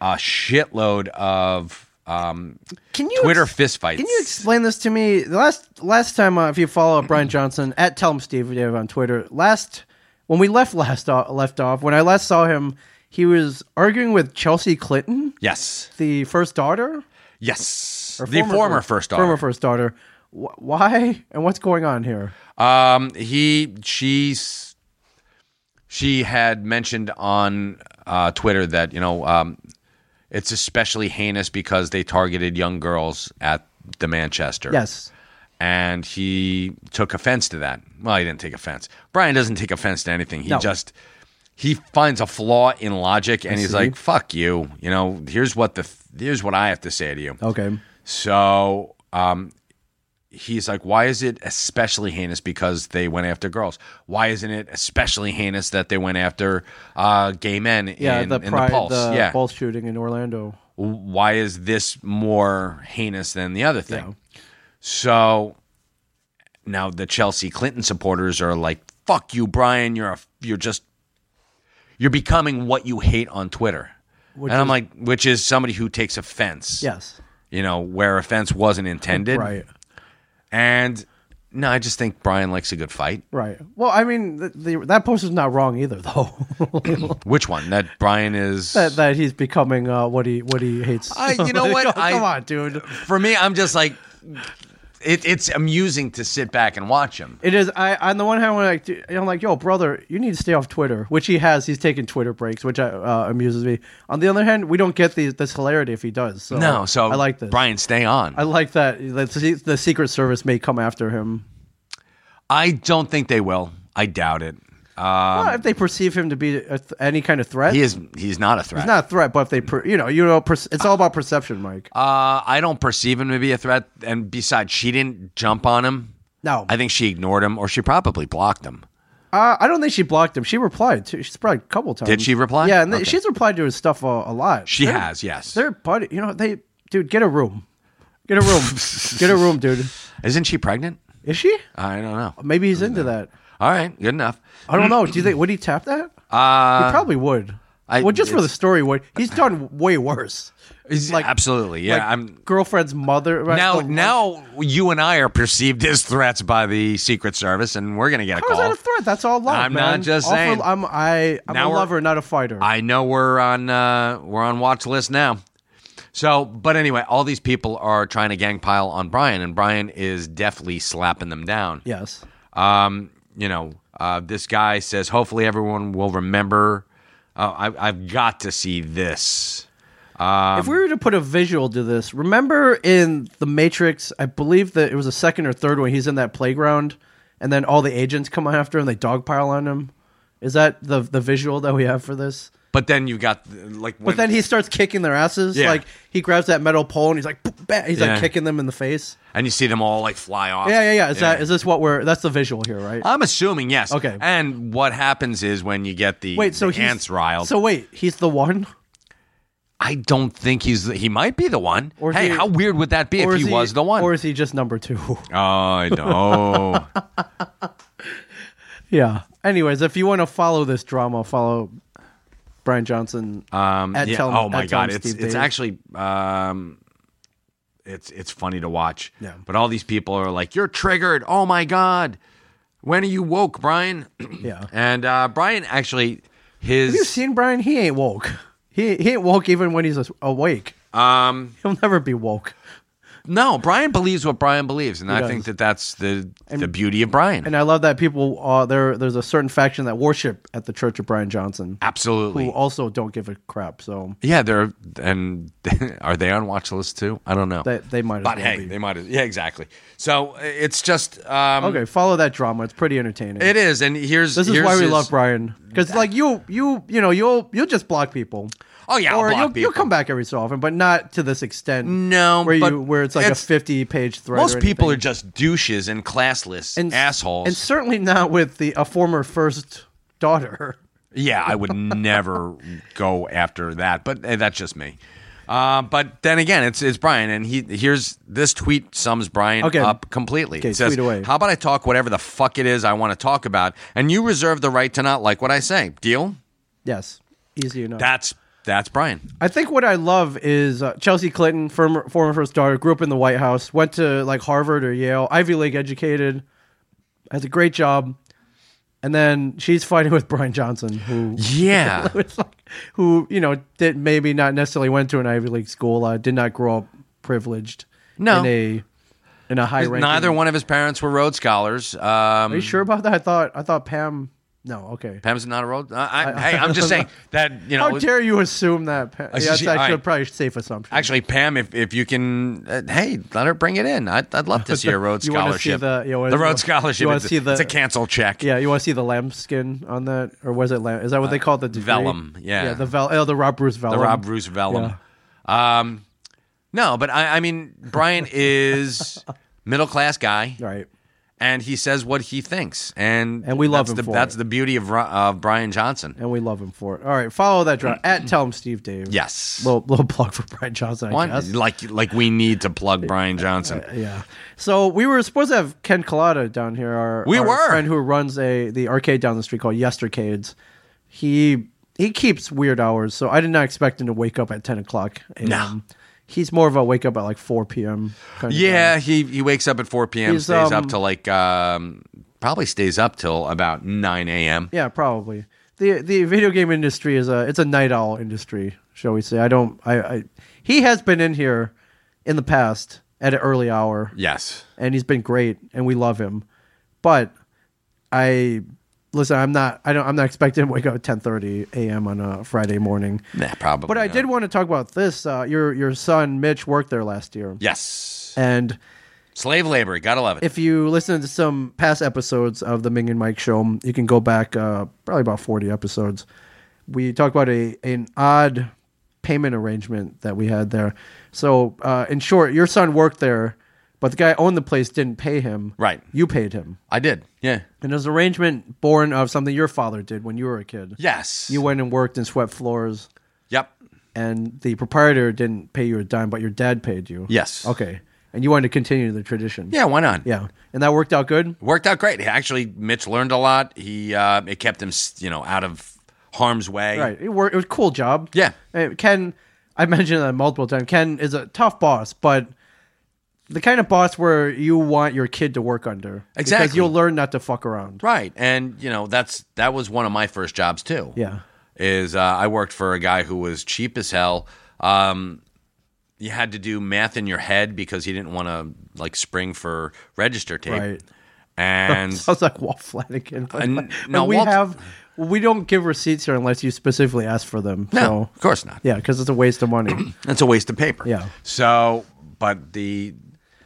Speaker 12: a shitload of um,
Speaker 11: Can you
Speaker 12: Twitter fistfights.
Speaker 11: Can you explain this to me? The last last time, uh, if you follow up Brian Johnson at Tell Him Steve Dave on Twitter, last when we left last off, left off when I last saw him, he was arguing with Chelsea Clinton,
Speaker 12: yes.
Speaker 11: the first daughter,
Speaker 12: Yes.
Speaker 11: Or
Speaker 12: the former, first daughter.
Speaker 11: former first daughter. Wh- why and what's going on here?
Speaker 12: Um, he, she's, she had mentioned on uh, Twitter that you know um, it's especially heinous because they targeted young girls at the Manchester.
Speaker 11: Yes.
Speaker 12: and he took offense to that. Well, he didn't take offense. Brian doesn't take offense to anything. He
Speaker 11: No.
Speaker 12: just he finds a flaw in logic, and
Speaker 11: I
Speaker 12: he's
Speaker 11: see.
Speaker 12: like, "Fuck you." You know, here's what the here's what I have to say to you.
Speaker 11: Okay.
Speaker 12: So um, he's like, why is it especially heinous because they went after girls? Why isn't it especially heinous that they went after uh, gay men
Speaker 11: Yeah,
Speaker 12: in,
Speaker 11: the
Speaker 12: in
Speaker 11: pride,
Speaker 12: the Pulse?
Speaker 11: the
Speaker 12: yeah.
Speaker 11: Pulse shooting in Orlando.
Speaker 12: Why is this more heinous than the other thing? So now the Chelsea Clinton supporters are like, fuck you, Brian. You're a, you're just you're becoming what you hate on Twitter.
Speaker 11: Which
Speaker 12: and I'm
Speaker 11: is-
Speaker 12: like, which is somebody who takes offense
Speaker 11: Yes.
Speaker 12: you know, where offense wasn't intended.
Speaker 11: Right.
Speaker 12: And no, I just think Brian likes a good fight.
Speaker 11: Right. Well, I mean, th the, that post is not wrong either, though.
Speaker 12: Which one? That Brian is.
Speaker 11: that, that he's becoming uh, what he what he hates.
Speaker 12: I, you know what?
Speaker 11: Come
Speaker 12: I-
Speaker 11: on, dude.
Speaker 12: For me, I'm just like, it, it's amusing to sit back and watch him.
Speaker 11: It is. I on the one hand, when I, do- I'm like, yo, brother, you need to stay off Twitter, which he has. He's taking Twitter breaks, which I, uh, amuses me. On the other hand, we don't get the, this hilarity if he does. So
Speaker 12: no, so
Speaker 11: I like this.
Speaker 12: Brian, stay on.
Speaker 11: I like that the, se- the Secret Service may come after him.
Speaker 12: I don't think they will. I doubt it. Um,
Speaker 11: well, if they perceive him to be a th- any kind of threat,
Speaker 12: he is. He's not a threat.
Speaker 11: He's not a threat, but if they, per- you know, you know, per- it's all about perception, Mike.
Speaker 12: Uh, I don't perceive him to be a threat. And besides, she didn't jump on him.
Speaker 11: No.
Speaker 12: I think she ignored him, or she probably blocked him.
Speaker 11: Uh, I don't think she blocked him. She replied too. She's replied a couple times.
Speaker 12: Did she reply?
Speaker 11: Yeah, and th-
Speaker 12: Okay.
Speaker 11: she's replied to his stuff a, a lot.
Speaker 12: She
Speaker 11: They're-
Speaker 12: has, yes.
Speaker 11: They're buddy. You know, they dude, get a room, get a room, get a room, dude.
Speaker 12: Isn't she pregnant?
Speaker 11: Is she?
Speaker 12: I don't know.
Speaker 11: Maybe he's into that.
Speaker 12: All right, good enough.
Speaker 11: I don't know. Do you think would he tap that?
Speaker 12: Uh,
Speaker 11: he probably would.
Speaker 12: I-
Speaker 11: well, just for the
Speaker 12: it's-
Speaker 11: story, would he's done way worse.
Speaker 12: Is- absolutely, yeah.
Speaker 11: like
Speaker 12: I'm
Speaker 11: girlfriend's mother. right?
Speaker 12: now.
Speaker 11: Oh,
Speaker 12: Now you and I are perceived as threats by the Secret Service, and we're gonna get a
Speaker 11: how is that
Speaker 12: call.
Speaker 11: a threat? That's all love.
Speaker 12: I'm not
Speaker 11: man.
Speaker 12: just
Speaker 11: All for-
Speaker 12: saying.
Speaker 11: I'm I I'm
Speaker 12: Now
Speaker 11: a
Speaker 12: we're-
Speaker 11: lover, not a fighter.
Speaker 12: I know we're on uh, we're on watch list now. So, but anyway, all these people are trying to gang pile on Brian, and Brian is deftly slapping them down.
Speaker 11: yes.
Speaker 12: Um, you know, uh, this guy says, hopefully everyone will remember. Uh, I, I've got to see this.
Speaker 11: if we were to put a visual to this, remember in The Matrix, I believe that it was a second or third one, he's in that playground and then all the agents come after him, they dogpile on him. Is that the the visual that we have for this?
Speaker 12: But then you got like, when-
Speaker 11: But then he starts kicking their asses.
Speaker 12: Yeah.
Speaker 11: Like he grabs that metal pole and he's like, "Poof, bah," he's
Speaker 12: Yeah.
Speaker 11: like kicking them in the face.
Speaker 12: and you see them all like fly off.
Speaker 11: Yeah, yeah, yeah. Is that is this what we're? That's the visual here, right?
Speaker 12: I'm assuming yes.
Speaker 11: Okay.
Speaker 12: And what happens is when you get the
Speaker 11: wait, so
Speaker 12: the
Speaker 11: he's
Speaker 12: ants riled.
Speaker 11: So wait, he's the one,
Speaker 12: I don't think he's the, he might be the one.
Speaker 11: Or is
Speaker 12: hey,
Speaker 11: he-
Speaker 12: how weird would that be if
Speaker 11: is
Speaker 12: he, was the one?
Speaker 11: or is he just number two?
Speaker 12: oh, I know.
Speaker 11: yeah. Anyways, if you want to follow this drama, follow Brian Johnson.
Speaker 12: Um,
Speaker 11: At
Speaker 12: yeah.
Speaker 11: Tell 'em-
Speaker 12: oh my
Speaker 11: at Tell 'em
Speaker 12: god, it's
Speaker 11: Steve
Speaker 12: it's
Speaker 11: Dave.
Speaker 12: actually um, it's it's funny to watch.
Speaker 11: Yeah.
Speaker 12: But all these people are like, "You're triggered." Oh my god, when are you woke, Brian?
Speaker 11: yeah.
Speaker 12: and uh, Brian actually
Speaker 11: Have you
Speaker 12: his
Speaker 11: seen Brian? He ain't woke. He he ain't woke even when he's as- awake.
Speaker 12: um
Speaker 11: He'll never be woke.
Speaker 12: no Brian believes what Brian believes, and I
Speaker 11: does.
Speaker 12: think that that's the the beauty of Brian.
Speaker 11: And I love that people uh, there. There's a certain faction that worship at the Church of Brian Johnson,
Speaker 12: Absolutely.
Speaker 11: who also don't give a crap. So
Speaker 12: Yeah, they're and are they on watch list too? I don't know.
Speaker 11: they they might as
Speaker 12: but
Speaker 11: well
Speaker 12: hey,
Speaker 11: be.
Speaker 12: they might. As, yeah, exactly. So it's just um,
Speaker 11: okay, follow that drama. It's pretty entertaining.
Speaker 12: It is, and here's
Speaker 11: This is
Speaker 12: here's
Speaker 11: why we
Speaker 12: his-
Speaker 11: love Brian. Because like you, you, you know, you'll you'll just block people.
Speaker 12: Oh yeah, I'll
Speaker 11: or
Speaker 12: block
Speaker 11: you'll, you'll
Speaker 12: people.
Speaker 11: come back every so often, but not to this extent.
Speaker 12: No,
Speaker 11: where
Speaker 12: but
Speaker 11: you where it's like
Speaker 12: it's-
Speaker 11: a fifty-page thread.
Speaker 12: Most
Speaker 11: or
Speaker 12: people are
Speaker 11: anything.
Speaker 12: just douches and classless and assholes.
Speaker 11: and certainly not with the a former first daughter.
Speaker 12: Yeah, I would never go after that, but eh, that's just me. Uh, but then again, it's it's Brian, and he here's this tweet sums Brian
Speaker 11: Okay.
Speaker 12: up completely.
Speaker 11: Okay,
Speaker 12: it says,
Speaker 11: tweet away.
Speaker 12: "How about I talk whatever the fuck it is I want to talk about, and you reserve the right to not like what I say. Deal?
Speaker 11: Yes, easy enough.
Speaker 12: That's that's Brian.
Speaker 11: I think what I love is uh, Chelsea Clinton, former, former first daughter, grew up in the White House, went to like Harvard or Yale, Ivy League educated, has a great job, and then she's fighting with Brian Johnson, who
Speaker 12: Yeah.
Speaker 11: it's like, who you know did maybe not necessarily went to an Ivy League school, uh, did not grow up privileged,
Speaker 12: No.
Speaker 11: in a in a high ranking.
Speaker 12: Neither one of his parents were Rhodes scholars. Um,
Speaker 11: Are you sure about that? I thought I thought Pam. No, okay.
Speaker 12: Pam's not a Rhodes. I, I, hey, I'm just saying that you know.
Speaker 11: How dare you assume that? Pa-
Speaker 12: I
Speaker 11: yeah,
Speaker 12: see-
Speaker 11: that's
Speaker 12: she-
Speaker 11: actually
Speaker 12: all right.
Speaker 11: probably a safe assumption.
Speaker 12: Actually, Pam, if, if you can, uh, hey, let her bring it in. I'd, I'd love to see a Rhodes
Speaker 11: You wanna see
Speaker 12: scholarship.
Speaker 11: the- you wanna-
Speaker 12: the Rhodes scholarship.
Speaker 11: you wanna
Speaker 12: is,
Speaker 11: see the-
Speaker 12: it's a cancel check.
Speaker 11: Yeah, you want to see the lambskin on that, or was it lamb? Is that what they call the degree?
Speaker 12: Uh, vellum, yeah.
Speaker 11: the vel- oh, the Rob Bruce vellum,
Speaker 12: The Rob Bruce vellum. Um, no, but I, I mean, Brian is middle class guy,
Speaker 11: right?
Speaker 12: And he says what he thinks, and
Speaker 11: And we love
Speaker 12: that's The,
Speaker 11: him for
Speaker 12: that's
Speaker 11: it.
Speaker 12: the beauty of Ro- of Brian Johnson.
Speaker 11: And we love him for it. All right, follow that draw at Tell him Steve Dave.
Speaker 12: Yes.
Speaker 11: little, little plug for Brian Johnson. I
Speaker 12: One-
Speaker 11: guess.
Speaker 12: like like we need to plug Brian Johnson.
Speaker 11: Yeah. So we were supposed to have Ken Collada down here. Our,
Speaker 12: We
Speaker 11: our
Speaker 12: were.
Speaker 11: friend who runs a the arcade down the street called Yestercades. He he keeps weird hours, so I did not expect him to wake up at ten o'clock. a.m.
Speaker 12: No.
Speaker 11: He's more of a wake up at like four p.m. kind of
Speaker 12: Yeah, he he wakes up at 4 p.m.
Speaker 11: He's,
Speaker 12: stays
Speaker 11: um,
Speaker 12: up till like um, probably stays up till about 9 a.m.
Speaker 11: Yeah, probably. the The video game industry is a it's a night owl industry, shall we say? I don't. I, I he has been in here in the past at an early hour.
Speaker 12: Yes.
Speaker 11: and he's been great, and we love him. But I listen. I'm not. I don't. I'm not expecting him to wake up at 10:30 a.m. on a Friday morning.
Speaker 12: Nah, probably.
Speaker 11: But I
Speaker 12: not.
Speaker 11: did want to talk about this. Uh, your your son Mitch worked there last year.
Speaker 12: Yes.
Speaker 11: and
Speaker 12: Slave labor. Gotta love it.
Speaker 11: if you listen to some past episodes of the Ming and Mike show, you can go back uh, probably about 40 episodes. We talk about a an odd payment arrangement that we had there. So, uh, in short, your son worked there, but the guy who owned the place didn't pay him.
Speaker 12: Right.
Speaker 11: You paid him.
Speaker 12: I did. Yeah.
Speaker 11: And it was an arrangement born of something your father did when you were a kid.
Speaker 12: Yes.
Speaker 11: You went and worked and swept floors,
Speaker 12: Yep.
Speaker 11: and the proprietor didn't pay you a dime, but your dad paid you.
Speaker 12: Yes.
Speaker 11: Okay. And you wanted to continue the tradition.
Speaker 12: Yeah. Why not?
Speaker 11: Yeah. And that worked out good?
Speaker 12: Worked out great. Actually, Mitch learned a lot. He uh, it kept him, s- you know, out of harm's way.
Speaker 11: Right. It, worked, it was a cool job.
Speaker 12: Yeah.
Speaker 11: Uh, Ken, I mentioned that multiple times. Ken is a tough boss, but the kind of boss where you want your kid to work under. Because
Speaker 12: Exactly.
Speaker 11: you'll learn not to fuck around.
Speaker 12: Right. And you know that's that was one of my first jobs too.
Speaker 11: Yeah.
Speaker 12: Is uh, I worked for a guy who was cheap as hell. Um, you had to do math in your head because he didn't want to like spring for register tape.
Speaker 11: Right.
Speaker 12: And
Speaker 11: Sounds like Walt Flanagan. But
Speaker 12: And- no,
Speaker 11: we
Speaker 12: Walt-
Speaker 11: have, we don't give receipts here unless you specifically ask for them.
Speaker 12: no,
Speaker 11: So,
Speaker 12: of course not.
Speaker 11: yeah, because it's a waste of money.
Speaker 12: That's a waste of paper.
Speaker 11: Yeah.
Speaker 12: So, but the,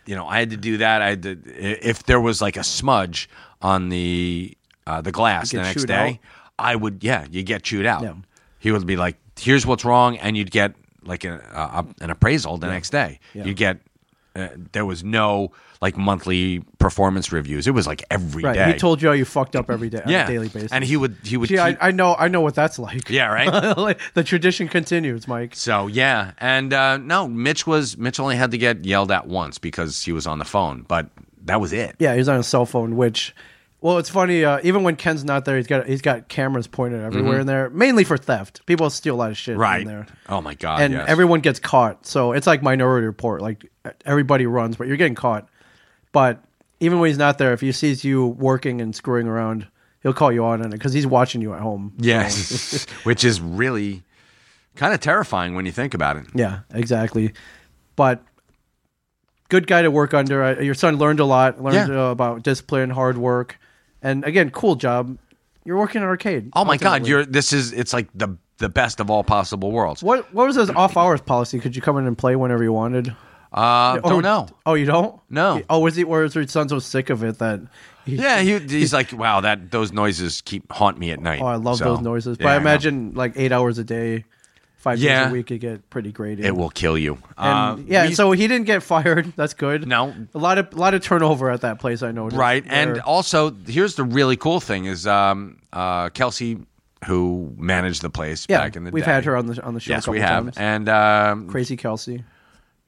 Speaker 12: you know, I had to do that. I had to, if there was like a smudge on the uh, the glass
Speaker 11: You
Speaker 12: the
Speaker 11: get
Speaker 12: next
Speaker 11: chewed
Speaker 12: day, I would, yeah, you get chewed out.
Speaker 11: Yeah.
Speaker 12: He would be like, "Here's what's wrong," and you'd get like an uh, an appraisal the next day.
Speaker 11: Yeah.
Speaker 12: You'd get. Uh, there was no like monthly performance reviews. It was like every day.
Speaker 11: right. He told you how you fucked up every day on
Speaker 12: yeah,
Speaker 11: a daily basis.
Speaker 12: and he would he would.
Speaker 11: Gee, I,
Speaker 12: keep-
Speaker 11: I know, I know what that's like.
Speaker 12: yeah, right.
Speaker 11: Like, the tradition continues, Mike.
Speaker 12: So yeah, and uh, no, Mitch was Mitch only had to get yelled at once because he was on the phone, but that was it.
Speaker 11: Yeah, he's on his cell phone, which, well, it's funny. Uh, even when Ken's not there, he's got he's got cameras pointed everywhere in there, mainly for theft. People steal a lot of shit
Speaker 12: Mm-hmm. Right.
Speaker 11: in there,
Speaker 12: Oh my god.
Speaker 11: and
Speaker 12: yes.
Speaker 11: everyone gets caught. So it's like Minority Report. Like everybody runs, but you're getting caught. But even when he's not there, if he sees you working and screwing around, he'll call you out on it because he's watching you at home.
Speaker 12: yes, which is really kind of terrifying when you think about it.
Speaker 11: Yeah, exactly. But good guy to work under. Uh, Your son learned a lot, learned
Speaker 12: Yeah.
Speaker 11: uh, about discipline, hard work, and again, cool job. You're working in an arcade.
Speaker 12: Oh my god,
Speaker 11: ultimately.
Speaker 12: you're this is it's like the the best of all possible worlds.
Speaker 11: What what was his off hours policy? Could you come in and play whenever you wanted?
Speaker 12: Uh, don't know.
Speaker 11: Oh, you don't?
Speaker 12: No.
Speaker 11: Oh, was he? Or was your son so sick of it that
Speaker 12: Yeah, he, he's like, wow, that those noises keep haunt me at night.
Speaker 11: Oh, I love
Speaker 12: So,
Speaker 11: those noises. But
Speaker 12: yeah,
Speaker 11: I
Speaker 12: know.
Speaker 11: imagine like eight hours a day, five days
Speaker 12: Yeah.
Speaker 11: a week, it get pretty grating.
Speaker 12: it will kill you.
Speaker 11: And,
Speaker 12: Uh,
Speaker 11: yeah,
Speaker 12: we-
Speaker 11: so he didn't get fired. That's good.
Speaker 12: No,
Speaker 11: a lot of a lot of turnover at that place. I noticed.
Speaker 12: right and
Speaker 11: where-
Speaker 12: also here's the really cool thing is um, uh, kelsey who managed the place
Speaker 11: yeah,
Speaker 12: back in the
Speaker 11: we've
Speaker 12: day
Speaker 11: had her on the on the show. a
Speaker 12: yes
Speaker 11: couple
Speaker 12: we have
Speaker 11: times.
Speaker 12: and um,
Speaker 11: Crazy Kelsey.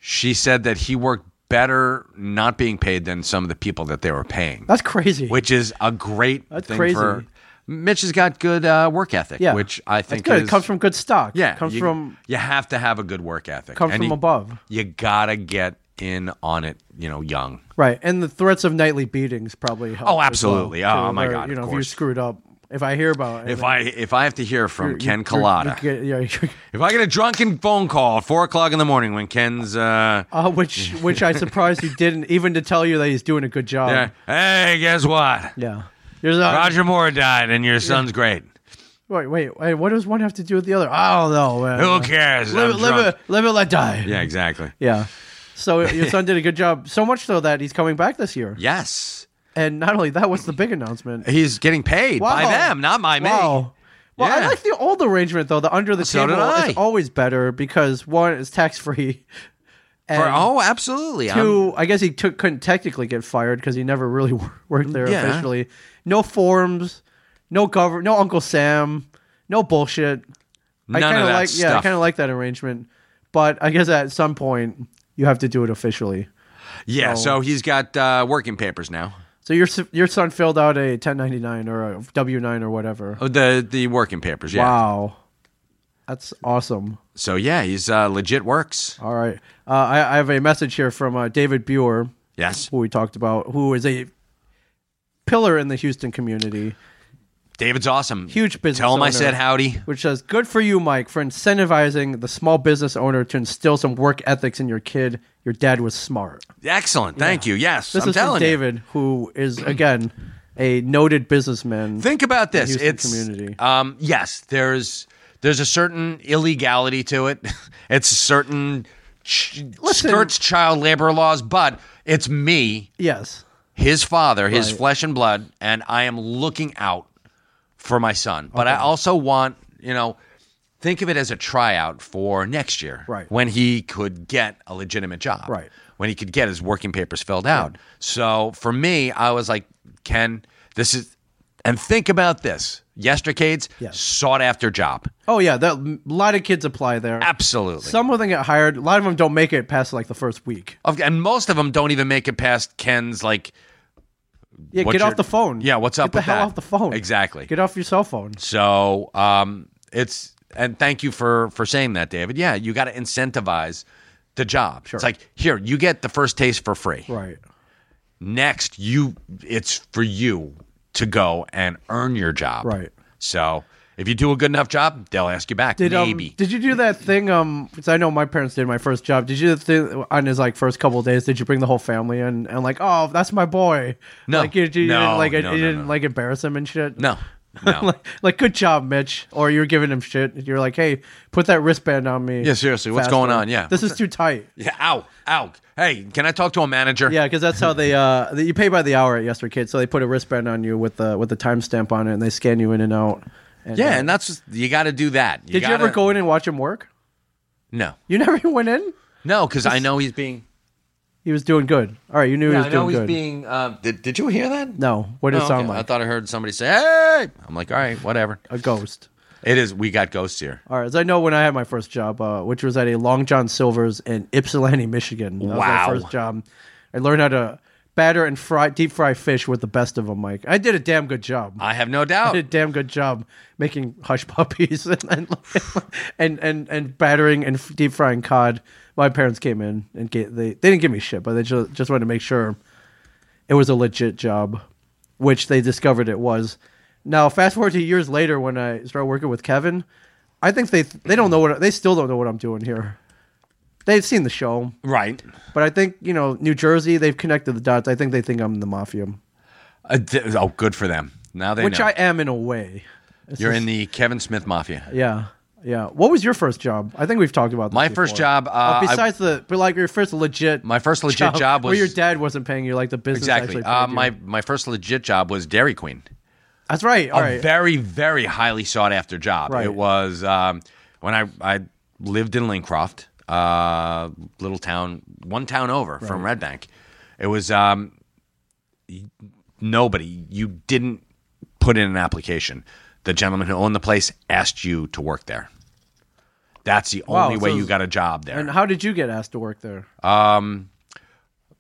Speaker 12: she said that he worked better not being paid than some of the people that they were paying
Speaker 11: That's crazy.
Speaker 12: which is a great
Speaker 11: That's
Speaker 12: thing
Speaker 11: crazy.
Speaker 12: for mitch has got good uh, work ethic
Speaker 11: Yeah,
Speaker 12: which i think
Speaker 11: that's good.
Speaker 12: is-
Speaker 11: it comes from good stock.
Speaker 12: yeah
Speaker 11: it comes
Speaker 12: you,
Speaker 11: from
Speaker 12: you have to have a good work ethic
Speaker 11: comes
Speaker 12: And
Speaker 11: from
Speaker 12: you-
Speaker 11: above.
Speaker 12: you gotta get in on it you know young
Speaker 11: right, and the threats of nightly beatings probably. Help as well,
Speaker 12: absolutely. Oh,
Speaker 11: too,
Speaker 12: my
Speaker 11: where,
Speaker 12: God,
Speaker 11: You
Speaker 12: of
Speaker 11: know, if you're
Speaker 12: course.
Speaker 11: screwed up, if I hear about it,
Speaker 12: if i if i have to hear from
Speaker 11: you're-
Speaker 12: ken
Speaker 11: you're-
Speaker 12: Collada.
Speaker 11: you're- you're- you're-
Speaker 12: If I get a drunken phone call at four o'clock in the morning when Ken's, uh,
Speaker 11: uh, which which I surprised he didn't even to tell you that he's doing a good job.
Speaker 12: yeah, hey, guess what?
Speaker 11: Yeah, You're not-
Speaker 12: Roger Moore died, and your son's great.
Speaker 11: Wait, wait, wait, what does one have to do with the other? I don't know. Man.
Speaker 12: Who cares? I'm
Speaker 11: Live, it- live,
Speaker 12: drunk.
Speaker 11: it- live it, let die.
Speaker 12: Yeah, exactly.
Speaker 11: Yeah. So your son did a good job, so much so that he's coming back this year.
Speaker 12: Yes.
Speaker 11: And not only that, what's the big announcement?
Speaker 12: He's getting paid by them, not by me.
Speaker 11: Wow. Well, I
Speaker 12: Yeah.
Speaker 11: like the old arrangement though. The under the
Speaker 12: So did
Speaker 11: table
Speaker 12: I.
Speaker 11: is always better because one is tax free.
Speaker 12: For, oh, absolutely. I'm-
Speaker 11: Two, I guess he took, couldn't technically get fired because he never really wor- worked there
Speaker 12: Yeah.
Speaker 11: officially. No forms, no govern, no Uncle Sam, no bullshit. I
Speaker 12: None of
Speaker 11: kind
Speaker 12: that
Speaker 11: like yeah, I
Speaker 12: stuff.
Speaker 11: kind of like that arrangement, but I guess at some point you have to do it officially.
Speaker 12: yeah,
Speaker 11: so-
Speaker 12: so, he's got uh, working papers now.
Speaker 11: So your s- your son filled out a 1099 or a W nine or whatever.
Speaker 12: Oh, the the working papers. Yeah.
Speaker 11: Wow, that's awesome.
Speaker 12: So yeah, he's uh, legit works.
Speaker 11: All right. Uh, I, I have a message here from uh, David Buer.
Speaker 12: Yes.
Speaker 11: Who we talked about, who is a pillar in the Houston community.
Speaker 12: David's awesome.
Speaker 11: Huge business.
Speaker 12: Tell him I
Speaker 11: owner,
Speaker 12: said howdy.
Speaker 11: Which says, good for you, Mike, for incentivizing the small business owner to instill some work ethics in your kid. Your dad was smart.
Speaker 12: Excellent. Thank you. Yes,
Speaker 11: This
Speaker 12: I'm
Speaker 11: is
Speaker 12: telling
Speaker 11: from
Speaker 12: you.
Speaker 11: David, who is, again, a noted businessman.
Speaker 12: Think about
Speaker 11: in the
Speaker 12: this.
Speaker 11: Houston
Speaker 12: It's
Speaker 11: community.
Speaker 12: Um, yes, there's there's a certain illegality to it. it's a certain ch- skirts child labor laws, but it's me,
Speaker 11: Yes.
Speaker 12: his father, his
Speaker 11: Right.
Speaker 12: flesh and blood, and I am looking out for my son. But I also want you know. Think of it as a tryout for next year,
Speaker 11: Right.
Speaker 12: When he could get a legitimate job,
Speaker 11: Right.
Speaker 12: When he could get his working papers filled out. So for me, I was like, Ken, this is, and think about this. Yestercades, sought after job.
Speaker 11: Oh, yeah. that- A lot of kids apply there.
Speaker 12: Absolutely.
Speaker 11: Some of them get hired. A lot of them don't make it past like the first week.
Speaker 12: Of- and most of them don't even make it past Ken's like.
Speaker 11: Yeah,
Speaker 12: what
Speaker 11: get
Speaker 12: you're-
Speaker 11: off the phone.
Speaker 12: Yeah, what's up
Speaker 11: Get the
Speaker 12: with
Speaker 11: hell
Speaker 12: that?
Speaker 11: off the phone.
Speaker 12: Exactly.
Speaker 11: Get off your cell phone.
Speaker 12: So um, it's and thank you for for saying that, David. Yeah, you got to incentivize the job. It's like here, you get the first taste for free.
Speaker 11: Right.
Speaker 12: Next, you it's for you to go and earn your job.
Speaker 11: Right.
Speaker 12: So if you do a good enough job, they'll ask you back.
Speaker 11: Did um,
Speaker 12: maybe.
Speaker 11: did you do that thing? Um, 'cause I know my parents did my first job. Did you do the thing on his like first couple of days? Did you bring the whole family in and like, oh, that's my boy?
Speaker 12: No.
Speaker 11: like you, you
Speaker 12: No,
Speaker 11: didn't like
Speaker 12: no, no,
Speaker 11: you didn't like embarrass him and shit.
Speaker 12: No, no.
Speaker 11: like, like, good job, Mitch. Or you're giving him shit. You're like, hey, put that wristband on me.
Speaker 12: Yeah, seriously, what's going on? Yeah.
Speaker 11: this is too tight.
Speaker 12: yeah. Ow. Ow. Hey, can I talk to a manager?
Speaker 11: Yeah, because that's how they uh that you pay by the hour at Yester Kid. So they put a wristband on you with the with the timestamp on it, and they scan you in and out. And,
Speaker 12: yeah,
Speaker 11: uh,
Speaker 12: and that's you got to do that.
Speaker 11: did you ever
Speaker 12: gotta-
Speaker 11: go in and watch him work?
Speaker 12: No,
Speaker 11: You never went in.
Speaker 12: no, because I know he's being.
Speaker 11: He was doing good. All right, you knew
Speaker 12: Yeah,
Speaker 11: he was
Speaker 12: I know
Speaker 11: doing
Speaker 12: he's
Speaker 11: good.
Speaker 12: being. Uh, did, did you hear that?
Speaker 11: No, what did
Speaker 12: Oh,
Speaker 11: it sound
Speaker 12: okay. I
Speaker 11: like?
Speaker 12: thought I heard somebody say, "Hey!" I'm like, "All right, whatever."
Speaker 11: A ghost.
Speaker 12: It is. We got ghosts here.
Speaker 11: All right, as I know when I had my first job, uh, which was at a Long John Silver's in Ypsilanti, Michigan. That was my
Speaker 12: Wow.
Speaker 11: first job. I learned how to batter and fry deep fry fish with the best of them, Mike. I did a damn good job.
Speaker 12: I have no
Speaker 11: I
Speaker 12: doubt.
Speaker 11: did a damn good job making hush puppies and and and, and, and battering and f- deep frying cod. My parents came in and gave, they they didn't give me shit, but they just, just wanted to make sure it was a legit job, which they discovered it was. Now, fast forward to years later when I started working with Kevin, I think they they don't know what they still don't know what I'm doing here. They've seen the show,
Speaker 12: right?
Speaker 11: But I think you know New Jersey. They've connected the dots. I think they think I'm the mafia,
Speaker 12: Uh, th- oh, good for them. Now they
Speaker 11: which
Speaker 12: know.
Speaker 11: I am in a way. It's
Speaker 12: You're
Speaker 11: just-
Speaker 12: in the Kevin Smith Mafia.
Speaker 11: Yeah. Yeah. What was your first job? I think we've talked about this
Speaker 12: My first
Speaker 11: before. Oh,
Speaker 12: job, uh, I-
Speaker 11: besides the, but like your first legit.
Speaker 12: My first legit job
Speaker 11: where
Speaker 12: was-
Speaker 11: your dad wasn't paying you, like the business
Speaker 12: Exactly.
Speaker 11: Actually
Speaker 12: Uh,
Speaker 11: paid you.
Speaker 12: my my first legit job was Dairy Queen.
Speaker 11: That's right. All
Speaker 12: a
Speaker 11: right.
Speaker 12: very very highly sought after job.
Speaker 11: Right.
Speaker 12: It was um, when I I lived in Lincroft, uh, little town, one town over from Red Bank. It was um, y- nobody. You didn't put in an application. The gentleman who owned the place asked you to work there. That's the
Speaker 11: Wow,
Speaker 12: only way
Speaker 11: so-
Speaker 12: you got a job there.
Speaker 11: And how did you get asked to work there?
Speaker 12: Um,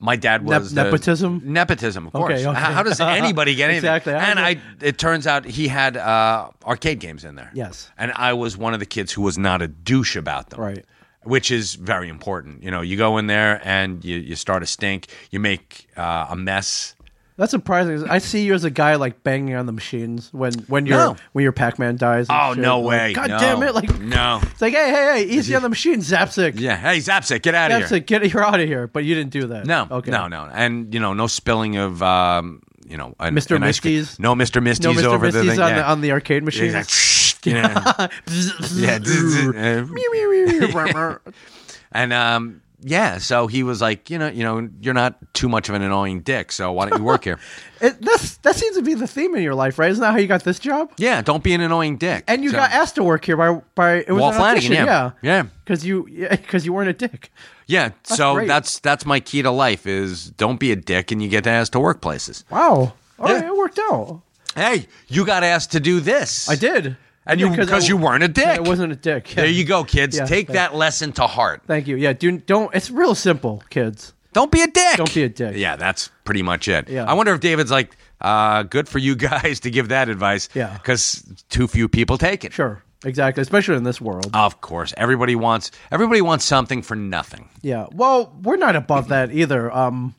Speaker 12: my dad
Speaker 11: Nep-
Speaker 12: was the-
Speaker 11: nepotism?
Speaker 12: Nepotism, of course.
Speaker 11: Okay, okay.
Speaker 12: How, how does anybody get anything?
Speaker 11: Exactly. How
Speaker 12: And
Speaker 11: does
Speaker 12: I, it turns out he had uh, arcade games in there.
Speaker 11: Yes.
Speaker 12: And I was one of the kids who was not a douche about them.
Speaker 11: Right.
Speaker 12: Which is very important. You know, you go in there and you, you start a stink. You make uh, a mess.
Speaker 11: That's surprising. I see you as a guy like banging on the machines when when your
Speaker 12: No.
Speaker 11: when your Pac Man dies. and
Speaker 12: Oh
Speaker 11: shit.
Speaker 12: no
Speaker 11: Like,
Speaker 12: way!
Speaker 11: God
Speaker 12: No.
Speaker 11: damn it! Like
Speaker 12: no.
Speaker 11: it's like hey hey hey, easy on the machine, Zapsic.
Speaker 12: Yeah. Hey Zapsic, get out of here.
Speaker 11: Zapsic, get you're out of here. But you didn't do that.
Speaker 12: No,
Speaker 11: Okay.
Speaker 12: no, no, and you know, no spilling of um, you know, an,
Speaker 11: Mr.
Speaker 12: an ice cream-
Speaker 11: Misty's?
Speaker 12: no, Mr.
Speaker 11: No
Speaker 12: Misty's
Speaker 11: Mr.
Speaker 12: over
Speaker 11: Misty's
Speaker 12: the thing,
Speaker 11: on
Speaker 12: yeah.
Speaker 11: the on the arcade machine.
Speaker 12: Yeah, it's like, you know. yeah, zzz, zzz, uh, and um, yeah, so he was like, you know, you know, you're not too much of an annoying dick, so why don't you work here?
Speaker 11: It, that's that seems to be the theme in your life, right? Isn't that how you got this job?
Speaker 12: yeah, don't be an annoying dick.
Speaker 11: And you
Speaker 12: So-
Speaker 11: got asked to work here by by it was
Speaker 12: Walt
Speaker 11: an
Speaker 12: Flanagan,
Speaker 11: audition,
Speaker 12: yeah, yeah,
Speaker 11: because you because you weren't a dick.
Speaker 12: yeah.
Speaker 11: That's
Speaker 12: so
Speaker 11: great.
Speaker 12: that's that's my key to life is don't be a dick, and you get asked to workplaces.
Speaker 11: Wow, all right, it worked out.
Speaker 12: Hey, you got asked to do this.
Speaker 11: I did,
Speaker 12: And you because you weren't a dick.
Speaker 11: I wasn't a dick.
Speaker 12: There you go, kids.
Speaker 11: Yeah,
Speaker 12: Take
Speaker 11: thank-
Speaker 12: that lesson to heart.
Speaker 11: Thank you. Yeah, do don't. It's real simple, kids.
Speaker 12: Don't be a dick.
Speaker 11: Don't be a dick.
Speaker 12: Yeah, that's pretty much it.
Speaker 11: Yeah.
Speaker 12: I wonder if David's like, uh, good for you guys to give that advice.
Speaker 11: Yeah.
Speaker 12: Because too few people take it.
Speaker 11: Sure, exactly. Especially in this world.
Speaker 12: Of course. Everybody wants everybody wants something for nothing.
Speaker 11: Yeah. Well, we're not above that either. Um,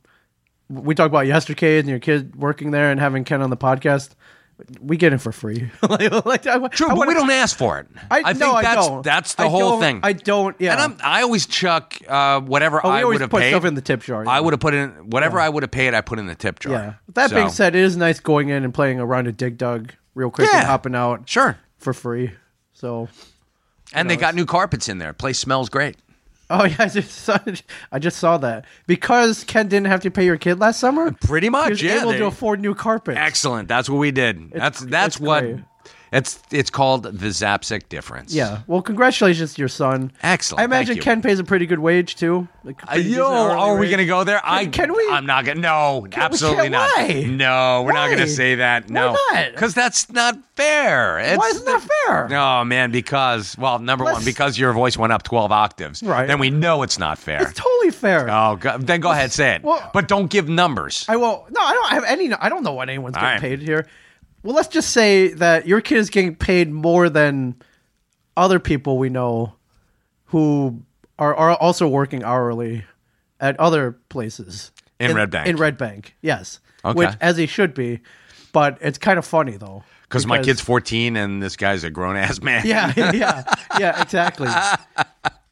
Speaker 11: we talk about yesterkid and your kid working there and having Ken on the podcast. We get it for free.
Speaker 12: True, but we don't ask for it.
Speaker 11: I-
Speaker 12: think
Speaker 11: no, I
Speaker 12: that's
Speaker 11: don't.
Speaker 12: that's the
Speaker 11: I
Speaker 12: whole
Speaker 11: don't-
Speaker 12: thing.
Speaker 11: I don't- yeah.
Speaker 12: And I'm, I always chuck uh, whatever
Speaker 11: Oh, we
Speaker 12: I
Speaker 11: always
Speaker 12: would have
Speaker 11: put
Speaker 12: paid.
Speaker 11: stuff in the tip jar, yeah.
Speaker 12: I would have put in whatever I would have paid. I put in the tip jar.
Speaker 11: Yeah. That
Speaker 12: So-
Speaker 11: being said, it is nice going in and playing a round of Dig Dug real quick
Speaker 12: Yeah.
Speaker 11: and hopping out.
Speaker 12: Sure.
Speaker 11: For free. So.
Speaker 12: and they got new carpets in there. Place smells great.
Speaker 11: Oh yeah, I just saw, I just saw that because Ken didn't have to pay your kid last summer.
Speaker 12: Pretty
Speaker 11: he
Speaker 12: much,
Speaker 11: was
Speaker 12: yeah,
Speaker 11: able
Speaker 12: they-
Speaker 11: to afford new carpet.
Speaker 12: Excellent. That's what we did. That's that's what it's it's called the Zapsic difference.
Speaker 11: Yeah. Well, congratulations to your son.
Speaker 12: Excellent.
Speaker 11: I imagine
Speaker 12: Thank you.
Speaker 11: Ken pays a pretty good wage too. Like,
Speaker 12: Uh, yo, are we gonna go there? I
Speaker 11: can we?
Speaker 12: I'm not gonna. No, absolutely
Speaker 11: can't-
Speaker 12: not.
Speaker 11: why?
Speaker 12: No, we're not
Speaker 11: Why?
Speaker 12: gonna say that. No,
Speaker 11: not?
Speaker 12: because that's not fair. It's,
Speaker 11: Why isn't that fair?
Speaker 12: No, man, because well, number
Speaker 11: Let's-
Speaker 12: one, because your voice went up twelve octaves.
Speaker 11: Right.
Speaker 12: Then we know it's not fair.
Speaker 11: It's totally fair.
Speaker 12: oh, go, then go ahead, say it.
Speaker 11: well-
Speaker 12: but don't give numbers.
Speaker 11: I will. No, I don't have any. I don't know what anyone's
Speaker 12: All
Speaker 11: getting
Speaker 12: right.
Speaker 11: paid here. Well, let's just say that your kid is getting paid more than other people we know who are, are also working hourly at other places
Speaker 12: In Red Bank.
Speaker 11: In Red Bank, yes.
Speaker 12: Okay.
Speaker 11: Which, as he should be, but it's kind of funny though.
Speaker 12: because my kid's 14 and this guy's a grown ass man.
Speaker 11: Yeah, yeah, yeah. Exactly.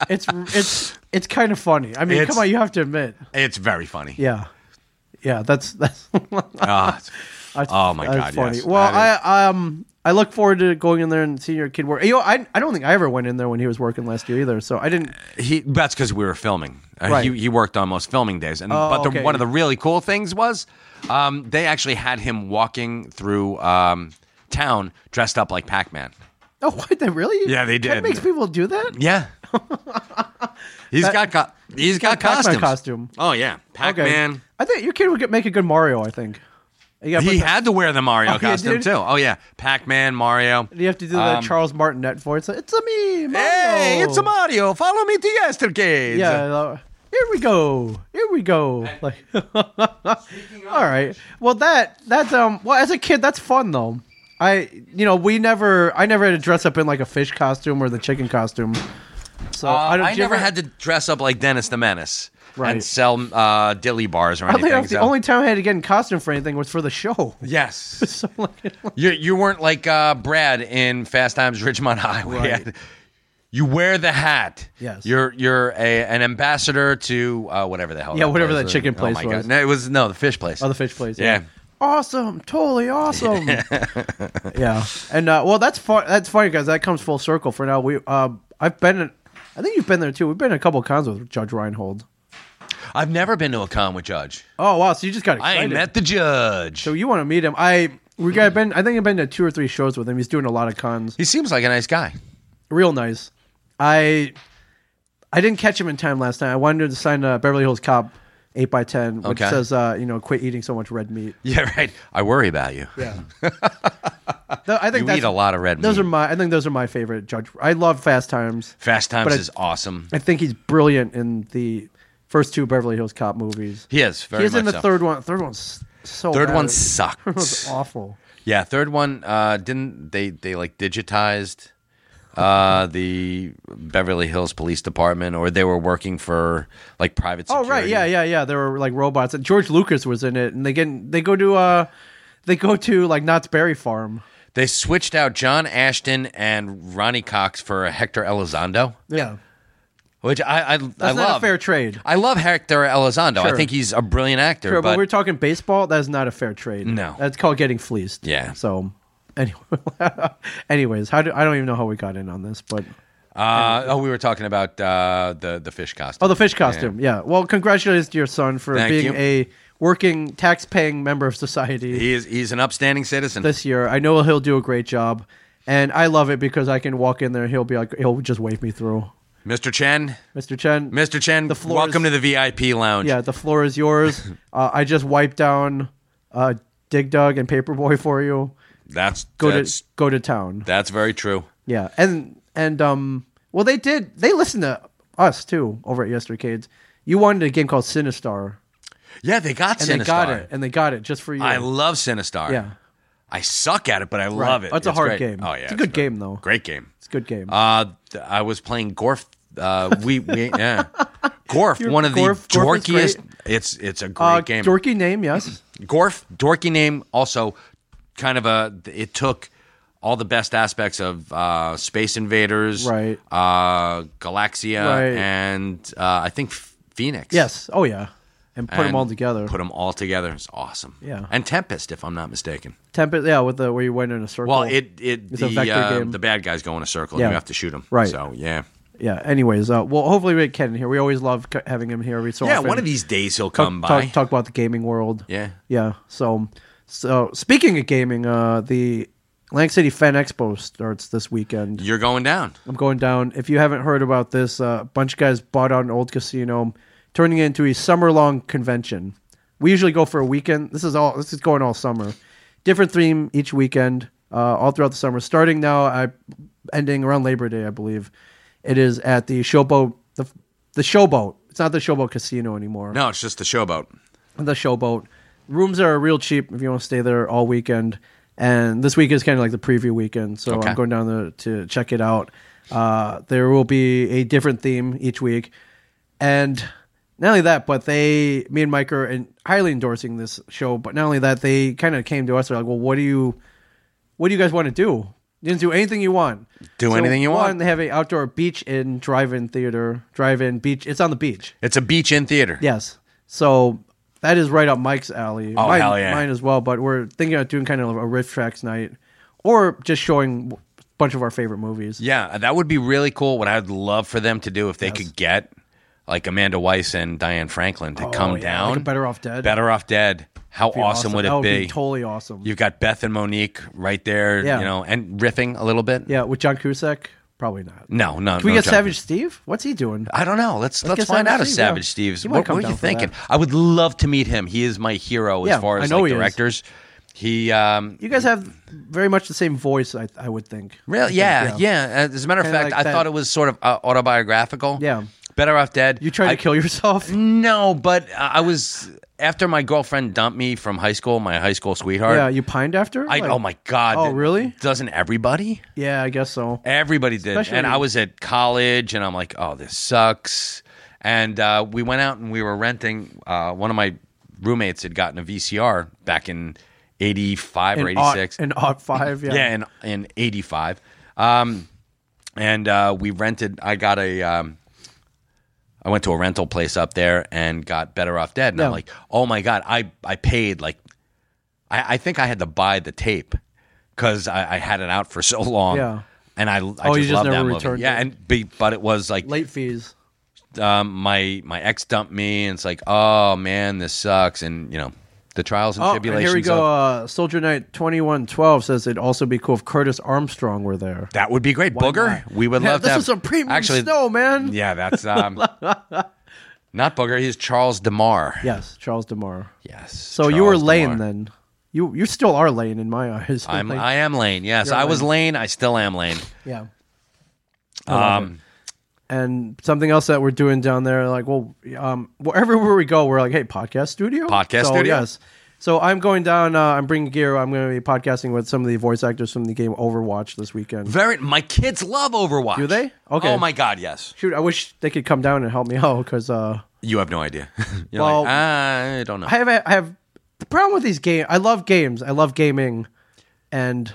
Speaker 11: it's it's it's kind of funny. I mean,
Speaker 12: It's-
Speaker 11: come on, you have to admit.
Speaker 12: It's very funny.
Speaker 11: Yeah, yeah. That's that's.
Speaker 12: Ah, it's-
Speaker 11: That's-
Speaker 12: oh my
Speaker 11: that's
Speaker 12: god!
Speaker 11: funny.
Speaker 12: yes.
Speaker 11: Well,
Speaker 12: That is-
Speaker 11: I um I look forward to going in there and seeing your kid work. You know, I I don't think I ever went in there when he was working last year either. So I didn't.
Speaker 12: he that's because we were filming. Uh,
Speaker 11: Right.
Speaker 12: he, he worked on most filming days, and
Speaker 11: Oh,
Speaker 12: but the,
Speaker 11: okay.
Speaker 12: one of the really cool things was um, they actually had him walking through um, town dressed up like Pac Man.
Speaker 11: Oh, what? They really?
Speaker 12: Yeah, they
Speaker 11: Ken
Speaker 12: did.
Speaker 11: makes people do that.
Speaker 12: Yeah, he's got co- he's got
Speaker 11: Pac-Man
Speaker 12: costumes.
Speaker 11: costume.
Speaker 12: Oh yeah, Pac Man.
Speaker 11: I think your kid would get, make a good Mario. I think. You gotta
Speaker 12: He
Speaker 11: put the-
Speaker 12: had to wear the Mario
Speaker 11: Oh, yeah,
Speaker 12: costume
Speaker 11: dude.
Speaker 12: too. Oh yeah, Pac Man, Mario.
Speaker 11: you have to do that
Speaker 12: Um,
Speaker 11: Charles Martinet for it. It's, like, it's a me, Mario.
Speaker 12: Hey, it's a Mario. Follow me to yesterdays.
Speaker 11: Yeah. uh, Here we go. Here we go. Like, all right. Well, that that's um. Well, as a kid, that's fun though. I you know we never I never had to dress up in like a fish costume or the chicken costume. So
Speaker 12: Uh,
Speaker 11: I,
Speaker 12: I,
Speaker 11: don't, do you
Speaker 12: never
Speaker 11: ever-
Speaker 12: had to dress up like Dennis the Menace
Speaker 11: Right.
Speaker 12: and sell uh, dilly bars or
Speaker 11: I think
Speaker 12: anything.
Speaker 11: that's the
Speaker 12: so-
Speaker 11: only time I had to get in costume for anything was for the show.
Speaker 12: Yes.
Speaker 11: So, like,
Speaker 12: you, you weren't like uh, Brad in Fast Times at Ridgemont Highway.
Speaker 11: Right.
Speaker 12: You wear the hat.
Speaker 11: Yes.
Speaker 12: You're you're a, an ambassador to uh, whatever the hell.
Speaker 11: Yeah,
Speaker 12: that
Speaker 11: whatever
Speaker 12: place
Speaker 11: that
Speaker 12: is.
Speaker 11: chicken place
Speaker 12: oh my God.
Speaker 11: was.
Speaker 12: No, it was no the fish place.
Speaker 11: Oh, the fish place,
Speaker 12: Yeah.
Speaker 11: yeah. awesome, totally awesome. yeah, and uh, well, that's fun. That's funny, guys. That comes full circle. For now, we um, I've been, I think you've been there too. We've been to a couple cons with Judge Reinhold.
Speaker 12: I've never been to a con with Judge.
Speaker 11: Oh wow, so you just got
Speaker 12: I
Speaker 11: excited.
Speaker 12: ain't met the judge.
Speaker 11: So you want to meet him? I we got been. I think I've been to two or three shows with him. He's doing a lot of cons.
Speaker 12: He seems like a nice guy.
Speaker 11: Real nice. I I didn't catch him in time last night. I wanted him to sign a Beverly Hills Cop eight x ten, which
Speaker 12: Okay.
Speaker 11: says uh, you know quit eating so much red meat.
Speaker 12: Yeah, right. I worry about you.
Speaker 11: Yeah. Th- I think
Speaker 12: You
Speaker 11: that's-
Speaker 12: eat a lot of red
Speaker 11: Those
Speaker 12: meat.
Speaker 11: are my. I think those are my favorite judge. I love Fast Times.
Speaker 12: Fast Times
Speaker 11: But I-
Speaker 12: is awesome.
Speaker 11: I think he's brilliant in the first two Beverly Hills Cop movies.
Speaker 12: He is, very
Speaker 11: He's in
Speaker 12: much
Speaker 11: the
Speaker 12: so.
Speaker 11: third one. Third one's so.
Speaker 12: Third
Speaker 11: bad.
Speaker 12: one sucked.
Speaker 11: Third one's awful.
Speaker 12: Yeah, third one uh, didn't they? They like digitized uh, the Beverly Hills Police Department, or they were working for like private.
Speaker 11: Oh right, yeah, yeah, yeah. There were like robots. And George Lucas was in it, and they get they go to uh, they go to like Knott's Berry Farm.
Speaker 12: They switched out John Ashton and Ronnie Cox for Hector Elizondo,
Speaker 11: Yeah,
Speaker 12: which I I,
Speaker 11: that's
Speaker 12: I
Speaker 11: not
Speaker 12: love.
Speaker 11: a fair trade.
Speaker 12: I love Hector Elizondo. I
Speaker 11: Sure.
Speaker 12: think he's a brilliant actor,
Speaker 11: Sure, but,
Speaker 12: but
Speaker 11: we're talking baseball. That is not a fair trade.
Speaker 12: No.
Speaker 11: that's called getting fleeced.
Speaker 12: Yeah.
Speaker 11: So, anyway, anyways, how do I don't even know how we got in on this, but
Speaker 12: uh, oh, we were talking about uh, the the fish costume.
Speaker 11: oh, the fish costume. Yeah. Well, congratulations to your son for
Speaker 12: Thank
Speaker 11: being
Speaker 12: you.
Speaker 11: a working, tax-paying member of society
Speaker 12: He is he's an upstanding citizen.
Speaker 11: this year. I know he'll do a great job, and I love it because I can walk in there. He'll be like, he'll just wave me through.
Speaker 12: Mr. Chen,
Speaker 11: Mr. Chen,
Speaker 12: Mr. Chen, welcome to the VIP lounge.
Speaker 11: yeah, the floor is yours. uh, I just wiped down uh, Dig Dug and Paperboy for you.
Speaker 12: That's
Speaker 11: Go
Speaker 12: that's,
Speaker 11: to go to town.
Speaker 12: that's very true.
Speaker 11: Yeah, and and um, well, they did. They listened to us too over at Yesterkids. You wanted a game called Sinistar,
Speaker 12: Yeah, they got
Speaker 11: and
Speaker 12: Sinistar.
Speaker 11: they got it, and they got it just for you.
Speaker 12: I love Sinistar.
Speaker 11: Yeah.
Speaker 12: I suck at it, but I
Speaker 11: Right.
Speaker 12: love it.
Speaker 11: That's a hard
Speaker 12: great.
Speaker 11: game.
Speaker 12: Oh yeah,
Speaker 11: it's a good game though.
Speaker 12: great game.
Speaker 11: It's a good game.
Speaker 12: Uh, th- I was playing Gorf. Uh, we, we yeah, Gorf,
Speaker 11: Your
Speaker 12: one of the
Speaker 11: Gorf- Gorf is
Speaker 12: dorkiest.
Speaker 11: great.
Speaker 12: It's it's a great
Speaker 11: Uh,
Speaker 12: game.
Speaker 11: dorky name, yes.
Speaker 12: Gorf, dorky name, also kind of a. It took all the best aspects of uh, Space Invaders,
Speaker 11: Right.
Speaker 12: Uh, Galaxia,
Speaker 11: Right.
Speaker 12: and uh, I think Phoenix.
Speaker 11: yes. Oh yeah, and put them
Speaker 12: And
Speaker 11: all together.
Speaker 12: Put them all together. It's awesome.
Speaker 11: Yeah.
Speaker 12: and Tempest, if I'm not mistaken.
Speaker 11: Tempest, yeah, with the where you went in a circle.
Speaker 12: Well, it it
Speaker 11: It's
Speaker 12: the
Speaker 11: a vector
Speaker 12: uh,
Speaker 11: game.
Speaker 12: the bad guys go in a circle
Speaker 11: Yeah.
Speaker 12: and you have to shoot them.
Speaker 11: Right.
Speaker 12: So yeah,
Speaker 11: yeah. Anyways, uh, well, hopefully we get Ken in here. We always love c- having him here. every so
Speaker 12: yeah.
Speaker 11: often.
Speaker 12: One of these days he'll
Speaker 11: talk,
Speaker 12: come by.
Speaker 11: talk, talk about the gaming world.
Speaker 12: Yeah.
Speaker 11: Yeah. So, so speaking of gaming, uh, the Atlantic City Fan Expo starts this weekend.
Speaker 12: You're going down.
Speaker 11: I'm going down. If you haven't heard about this, uh, a bunch of guys bought out an old casino, turning it into a summer long convention. We usually go for a weekend. This is all. This is going all summer. Different theme each weekend, uh, all throughout the summer. Starting now, I ending around Labor Day, I believe. It is at the Showboat. The the Showboat. It's not the Showboat Casino anymore
Speaker 12: No, it's just the showboat.
Speaker 11: the showboat. Rooms are real cheap if you want to stay there all weekend. And this week is kind of like the preview weekend, so
Speaker 12: Okay.
Speaker 11: I'm going down there to check it out. Uh, there will be a different theme each week, and not only that, but they, me and Mike are in, highly endorsing this show. But not only that, they kind of came to us. They're like, "Well, what do you, what do you guys want to do? You can do anything you want.
Speaker 12: Do anything you
Speaker 11: one,
Speaker 12: want.
Speaker 11: They have an outdoor beach in drive-in theater, drive-in beach. It's on the beach.
Speaker 12: It's a beach in theater.
Speaker 11: Yes. So that is right up Mike's alley.
Speaker 12: Oh,
Speaker 11: mine,
Speaker 12: hell yeah.
Speaker 11: mine as well. But we're thinking of doing kind of a riff tracks night, or just showing a bunch of our favorite movies.
Speaker 12: Yeah, that would be really cool. What I'd love for them to do if they could get like Amanda Weiss and Diane Franklin to come
Speaker 11: Oh, yeah,
Speaker 12: down.
Speaker 11: like a Better Off Dead.
Speaker 12: Better off dead. How
Speaker 11: Be
Speaker 12: awesome, would it
Speaker 11: that would
Speaker 12: be?
Speaker 11: be? Totally awesome.
Speaker 12: You've got Beth and Monique right there,
Speaker 11: Yeah.
Speaker 12: you know, and riffing a little bit.
Speaker 11: yeah, with John Cusack, probably not.
Speaker 12: No, no.
Speaker 11: Can we
Speaker 12: no
Speaker 11: get
Speaker 12: joke.
Speaker 11: Savage Steve? What's he doing?
Speaker 12: I don't know. Let's let's,
Speaker 11: get
Speaker 12: find
Speaker 11: Savage
Speaker 12: out if
Speaker 11: Steve, yeah.
Speaker 12: Savage Steve's.
Speaker 11: He might
Speaker 12: What,
Speaker 11: come
Speaker 12: what are you
Speaker 11: down for
Speaker 12: thinking?
Speaker 11: that.
Speaker 12: I would love to meet him. He is my hero
Speaker 11: Yeah,
Speaker 12: as far
Speaker 11: I
Speaker 12: as
Speaker 11: know
Speaker 12: like,
Speaker 11: he is.
Speaker 12: directors. He um
Speaker 11: You guys have very much the same voice, I, I would think.
Speaker 12: really yeah, yeah As a matter of
Speaker 11: Kinda
Speaker 12: fact,
Speaker 11: like
Speaker 12: I
Speaker 11: that-
Speaker 12: thought it was sort of uh, autobiographical.
Speaker 11: Yeah.
Speaker 12: Better off dead.
Speaker 11: You trying
Speaker 12: I-
Speaker 11: to kill yourself?
Speaker 12: No, but uh, I I was after my girlfriend dumped me from high school, my high school sweetheart.
Speaker 11: Yeah, you pined after?
Speaker 12: I,
Speaker 11: Like-
Speaker 12: oh my god!
Speaker 11: Oh, really?
Speaker 12: Doesn't everybody?
Speaker 11: Yeah, I guess so.
Speaker 12: Everybody did.
Speaker 11: Especially-
Speaker 12: and I was at college, and I'm like, oh, this sucks. And uh, we went out and we were renting. Uh, one of my roommates had gotten a VCR back in '85 or
Speaker 11: An odd-
Speaker 12: '86.
Speaker 11: An odd five, yeah.
Speaker 12: Yeah, in in '85, um, and uh, we rented. I got a. Um, I went to a rental place up there and got Better Off Dead, and I'm
Speaker 11: Yeah.
Speaker 12: like, oh my god, I I paid like I, I think I had to buy the tape because I, I had it out for so long.
Speaker 11: Yeah.
Speaker 12: And I, I
Speaker 11: Oh, you
Speaker 12: just
Speaker 11: just
Speaker 12: love
Speaker 11: never
Speaker 12: that movie.
Speaker 11: returned
Speaker 12: Yeah,
Speaker 11: it.
Speaker 12: and be, but it was like
Speaker 11: late fees.
Speaker 12: um, my my ex dumped me, and it's like, oh man, this sucks, and you know, the trials and
Speaker 11: Oh, and
Speaker 12: tribulations.
Speaker 11: here we go.
Speaker 12: of-
Speaker 11: Uh, Soldier Knight twenty one twelve says it'd also be cool if Curtis Armstrong were there.
Speaker 12: that would be great, Booger. We would
Speaker 11: Yeah,
Speaker 12: love
Speaker 11: this
Speaker 12: to. have-
Speaker 11: is some premium
Speaker 12: Actually,
Speaker 11: snow, man.
Speaker 12: yeah, that's um, not Booger. He's Charles Demar.
Speaker 11: Yes, Charles Demar.
Speaker 12: Yes.
Speaker 11: So you were
Speaker 12: Charles
Speaker 11: lame
Speaker 12: DeMar.
Speaker 11: then. You you still are lame in my eyes.
Speaker 12: I'm
Speaker 11: Like,
Speaker 12: I am Lane. Yes,
Speaker 11: You're
Speaker 12: I was Lane.
Speaker 11: Lane.
Speaker 12: I still am Lane.
Speaker 11: yeah. I love
Speaker 12: Um,
Speaker 11: And something else that we're doing down there, like, well, um, wherever we go, we're like, hey, podcast studio,
Speaker 12: Podcast
Speaker 11: So,
Speaker 12: studio?
Speaker 11: Yes. So I'm going down. Uh, I'm bringing gear. I'm going to be podcasting with some of the voice actors from the game Overwatch this weekend.
Speaker 12: very. My kids love Overwatch.
Speaker 11: Do they? Okay.
Speaker 12: Oh my God, yes.
Speaker 11: Shoot, I wish they could come down and help me out because uh,
Speaker 12: You have no idea. You're
Speaker 11: Well,
Speaker 12: like, I don't know.
Speaker 11: I have I have the problem with these games. I love games. I love gaming, and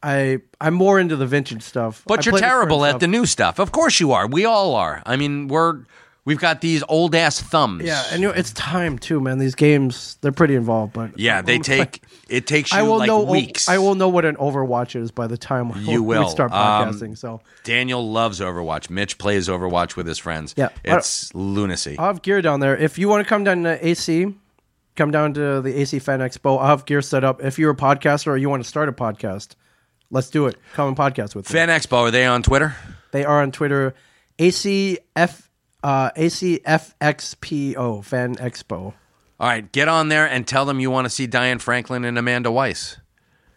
Speaker 11: I I'm more into the vintage stuff.
Speaker 12: But
Speaker 11: I
Speaker 12: you're
Speaker 11: play the current
Speaker 12: terrible at
Speaker 11: stuff.
Speaker 12: the new stuff. Of course you are. We all are. I mean, we're we've got these old ass thumbs.
Speaker 11: Yeah, and you know, it's time too, man. These games they're pretty involved, but
Speaker 12: Yeah, they take it takes you
Speaker 11: I will
Speaker 12: like
Speaker 11: know
Speaker 12: weeks.
Speaker 11: I will know what an Overwatch is by the time
Speaker 12: you
Speaker 11: we
Speaker 12: will
Speaker 11: start
Speaker 12: Um,
Speaker 11: podcasting. so
Speaker 12: Daniel loves Overwatch. Mitch plays Overwatch with his friends.
Speaker 11: Yeah.
Speaker 12: it's lunacy.
Speaker 11: I'll have gear down there. If you want to come down to AC, come down to the AC Fan Expo. I'll have gear set up. If you're a podcaster or you want to start a podcast, let's do it. Come and podcast with me.
Speaker 12: Fan Expo, are they on Twitter?
Speaker 11: They are on Twitter, ACF uh, ACFXPO Fan Expo.
Speaker 12: All right, get on there and tell them you want to see Diane Franklin and Amanda Weiss.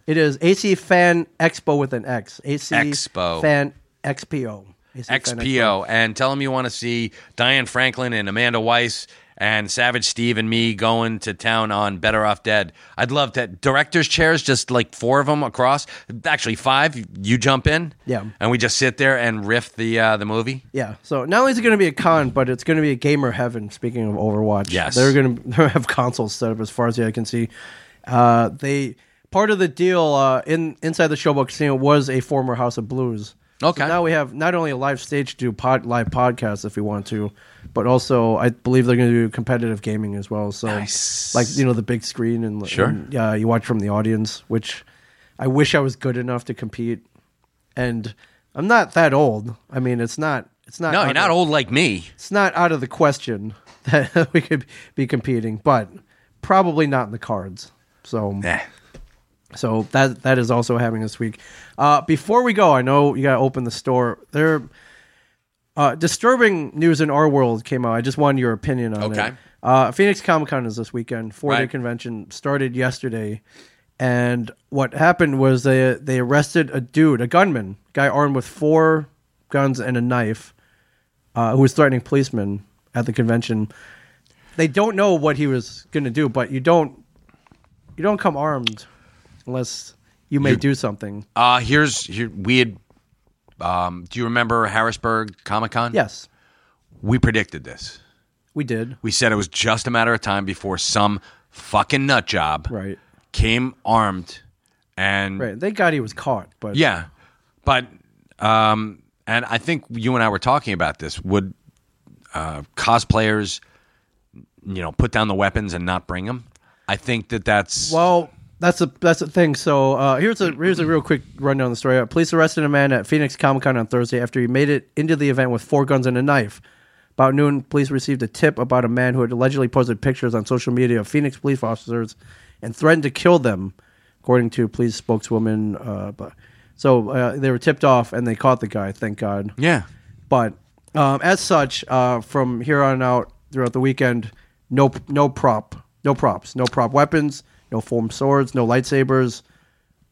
Speaker 11: It is AC Fan Expo with an X. AC
Speaker 12: Expo.
Speaker 11: Fan XPO. AC Fan
Speaker 12: XPO and tell them you want to see Diane Franklin and Amanda Weiss and Savage Steve and me going to town on Better Off Dead. I'd love that. Director's chairs, just like four of them across, actually five. You jump in,
Speaker 11: Yeah.
Speaker 12: and we just sit there and riff the uh, the movie.
Speaker 11: Yeah. So not only is it going to be a con, but it's going to be a gamer heaven. Speaking of Overwatch,
Speaker 12: Yes.
Speaker 11: they're going to have consoles set up as far as the eye can see. Uh, they part of the deal uh, in inside the Showboat Casino was a former House of Blues.
Speaker 12: Okay.
Speaker 11: So now we have not only a live stage to do pod, live podcasts if we want to, but also I believe they're going to do competitive gaming as well. So like you know the big screen and
Speaker 12: Sure.
Speaker 11: and, yeah, you watch from the audience, which I wish I was good enough to compete. And I'm not that old. I mean, it's not. It's not.
Speaker 12: No,
Speaker 11: out
Speaker 12: you're not
Speaker 11: of-
Speaker 12: old like me.
Speaker 11: It's not out of the question that we could be competing, but probably not in the cards. So. So that that is also happening this week. Uh, before we go, I know you got to open the store. There, uh, disturbing news in our world came out. I just wanted your opinion on
Speaker 12: Okay.
Speaker 11: it. Uh, Phoenix Comic Con is this weekend. Four day
Speaker 12: Right.
Speaker 11: convention started yesterday, and what happened was they they arrested a dude, a gunman, guy armed with four guns and a knife, uh, who was threatening policemen at the convention. They don't know what he was going to do, but you don't you don't come armed unless you may do something.
Speaker 12: Uh, here's here we had. Um, do you remember Harrisburg Comic Con?
Speaker 11: Yes,
Speaker 12: we predicted this.
Speaker 11: we did.
Speaker 12: We said it was just a matter of time before some fucking nut job
Speaker 11: Right,
Speaker 12: came armed and
Speaker 11: right. They got he was caught, but
Speaker 12: yeah but um and i think you and i were talking about this would uh cosplayers you know put down the weapons and not bring them i think that that's
Speaker 11: Well, that's a that's a thing. So uh, here's a here's a real quick rundown of the story. Uh, Police arrested a man at Phoenix Comic Con on Thursday after he made it into the event with four guns and a knife. About noon, police received a tip about a man who had allegedly posted pictures on social media of Phoenix police officers and threatened to kill them, according to a police spokeswoman. Uh, but so uh, they were tipped off and they caught the guy. Thank God.
Speaker 12: yeah
Speaker 11: But um, as such, uh, from here on out throughout the weekend, no no prop, no props, no prop weapons, no form swords, no lightsabers,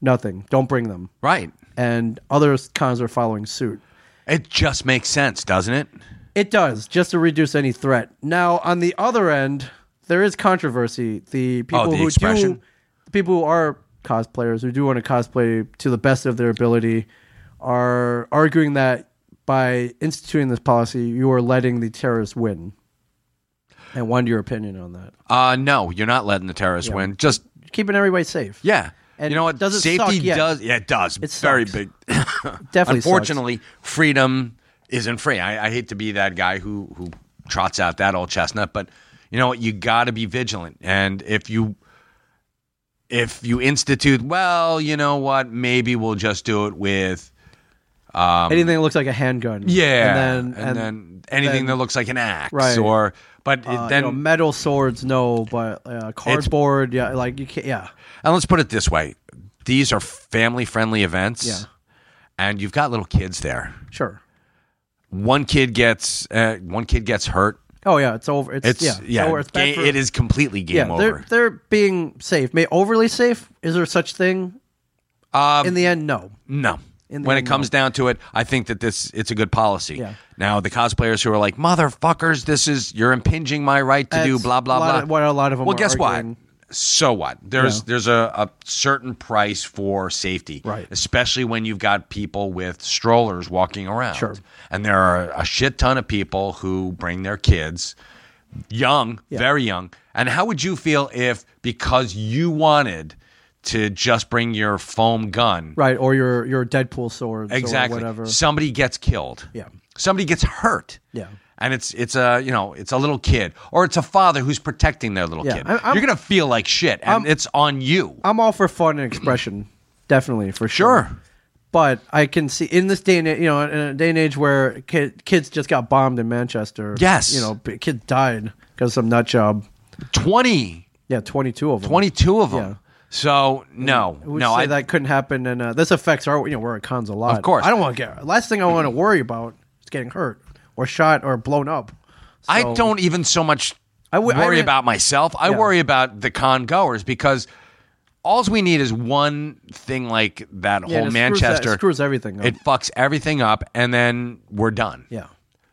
Speaker 11: nothing. Don't bring them.
Speaker 12: right
Speaker 11: And other cons are following suit.
Speaker 12: it just makes sense doesn't it
Speaker 11: It does just to reduce any threat. Now on the other end, there is controversy. The people
Speaker 12: Oh, the
Speaker 11: who
Speaker 12: expression?
Speaker 11: do, the people who are cosplayers who do want to cosplay to the best of their ability, are arguing that by instituting this policy, you are letting the terrorists win. And wanted your opinion on that.
Speaker 12: uh no you're not letting the terrorists
Speaker 11: Yeah.
Speaker 12: win just
Speaker 11: Keeping everybody safe.
Speaker 12: yeah
Speaker 11: And
Speaker 12: you know what
Speaker 11: does it
Speaker 12: safety
Speaker 11: suck? Yeah.
Speaker 12: does yeah it does
Speaker 11: It
Speaker 12: very
Speaker 11: sucks.
Speaker 12: big
Speaker 11: Definitely. sucks.
Speaker 12: unfortunately freedom isn't free I, I hate to be that guy who who trots out that old chestnut but you know what you got to be vigilant and if you if you institute, well, you know what? Maybe we'll just do it with um,
Speaker 11: Anything that looks like a handgun.
Speaker 12: Yeah,
Speaker 11: And then,
Speaker 12: and then anything that looks like an axe or- but it-
Speaker 11: Uh, you
Speaker 12: then-
Speaker 11: know, metal swords, no, but uh, cardboard, yeah, like you can't, yeah.
Speaker 12: And let's put it this way: these are family-friendly events,
Speaker 11: Yeah.
Speaker 12: and you've got little kids there.
Speaker 11: Sure.
Speaker 12: One kid gets uh, one kid gets hurt.
Speaker 11: Oh yeah, it's over. It's,
Speaker 12: It's,
Speaker 11: yeah, it's
Speaker 12: yeah,
Speaker 11: over. It's
Speaker 12: ga-
Speaker 11: back for-
Speaker 12: it is completely game
Speaker 11: yeah,
Speaker 12: over.
Speaker 11: They're they're being safe. May overly safe? Is there such thing?
Speaker 12: Um,
Speaker 11: In the end, no.
Speaker 12: No.
Speaker 11: In the
Speaker 12: When it
Speaker 11: end,
Speaker 12: comes down to it, I think that this it's a good policy.
Speaker 11: Yeah.
Speaker 12: Now the cosplayers who are like, "Motherfuckers, this is you're impinging my right to do
Speaker 11: That's
Speaker 12: blah blah
Speaker 11: a lot
Speaker 12: blah."
Speaker 11: of- what a lot of 'em
Speaker 12: Well,
Speaker 11: are
Speaker 12: guess
Speaker 11: arguing.
Speaker 12: what? So what? There's
Speaker 11: Yeah.
Speaker 12: there's a, a certain price for safety, right? Especially when you've got people with strollers walking around,
Speaker 11: Sure.
Speaker 12: And there are a shit ton of people who bring their kids, young, very young. And how would you feel if because you wanted to just bring your foam gun,
Speaker 11: Right, or your your Deadpool swords,
Speaker 12: exactly
Speaker 11: or whatever.
Speaker 12: somebody gets killed
Speaker 11: Yeah.
Speaker 12: somebody gets hurt
Speaker 11: Yeah.
Speaker 12: and it's it's a you know it's a little kid or it's a father who's protecting their little
Speaker 11: Yeah,
Speaker 12: kid
Speaker 11: I- I'm-
Speaker 12: you're gonna feel like shit and it's on you
Speaker 11: I'm all for fun and expression, definitely for sure. But I can see in this day and a- you know in a day and age where kid, kids just got bombed in Manchester.
Speaker 12: Yes.
Speaker 11: you know b- kids died because some nut job.
Speaker 12: Twenty.
Speaker 11: Yeah, twenty two of them.
Speaker 12: Twenty two of them. so no
Speaker 11: I would
Speaker 12: no
Speaker 11: say
Speaker 12: I,
Speaker 11: that couldn't happen, and uh, this affects our you know we're at cons a lot.
Speaker 12: Of course.
Speaker 11: I don't want to get last thing I want to worry about is getting hurt or shot or blown up.
Speaker 12: I
Speaker 11: So-
Speaker 12: don't even so much
Speaker 11: w- I
Speaker 12: worry
Speaker 11: mean-
Speaker 12: about myself I
Speaker 11: Yeah.
Speaker 12: worry about the con goers because all we need is one thing like that
Speaker 11: Yeah,
Speaker 12: whole
Speaker 11: it screws that-
Speaker 12: Manchester
Speaker 11: screws everything up.
Speaker 12: it fucks everything up and then we're done
Speaker 11: yeah.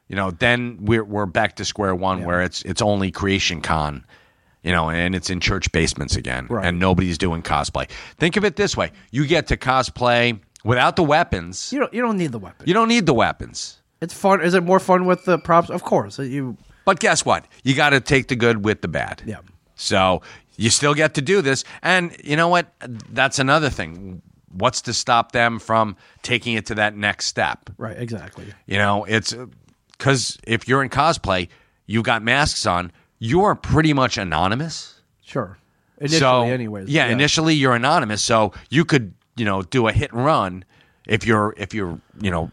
Speaker 12: you know, then we're we're back to square one where it's it's only Creation Con, you know, and it's in church basements again,
Speaker 11: Right.
Speaker 12: and nobody's doing cosplay. Think of it this way: you get to cosplay without the weapons.
Speaker 11: You don't you don't need the weapon.
Speaker 12: You don't need the weapons,
Speaker 11: It's fun. Is it more fun with the props? Of course. You
Speaker 12: but guess what? You got to take the good with the bad.
Speaker 11: Yeah.
Speaker 12: So you still get to do this, and you know what? That's another thing. What's to stop them from taking it to that next step?
Speaker 11: right exactly.
Speaker 12: You know, it's because if you're in cosplay, you've got masks on, you are pretty much anonymous.
Speaker 11: Sure. Initially,
Speaker 12: so,
Speaker 11: anyways.
Speaker 12: Yeah, initially you're anonymous, so you could you know do a hit and run if you're if you're you know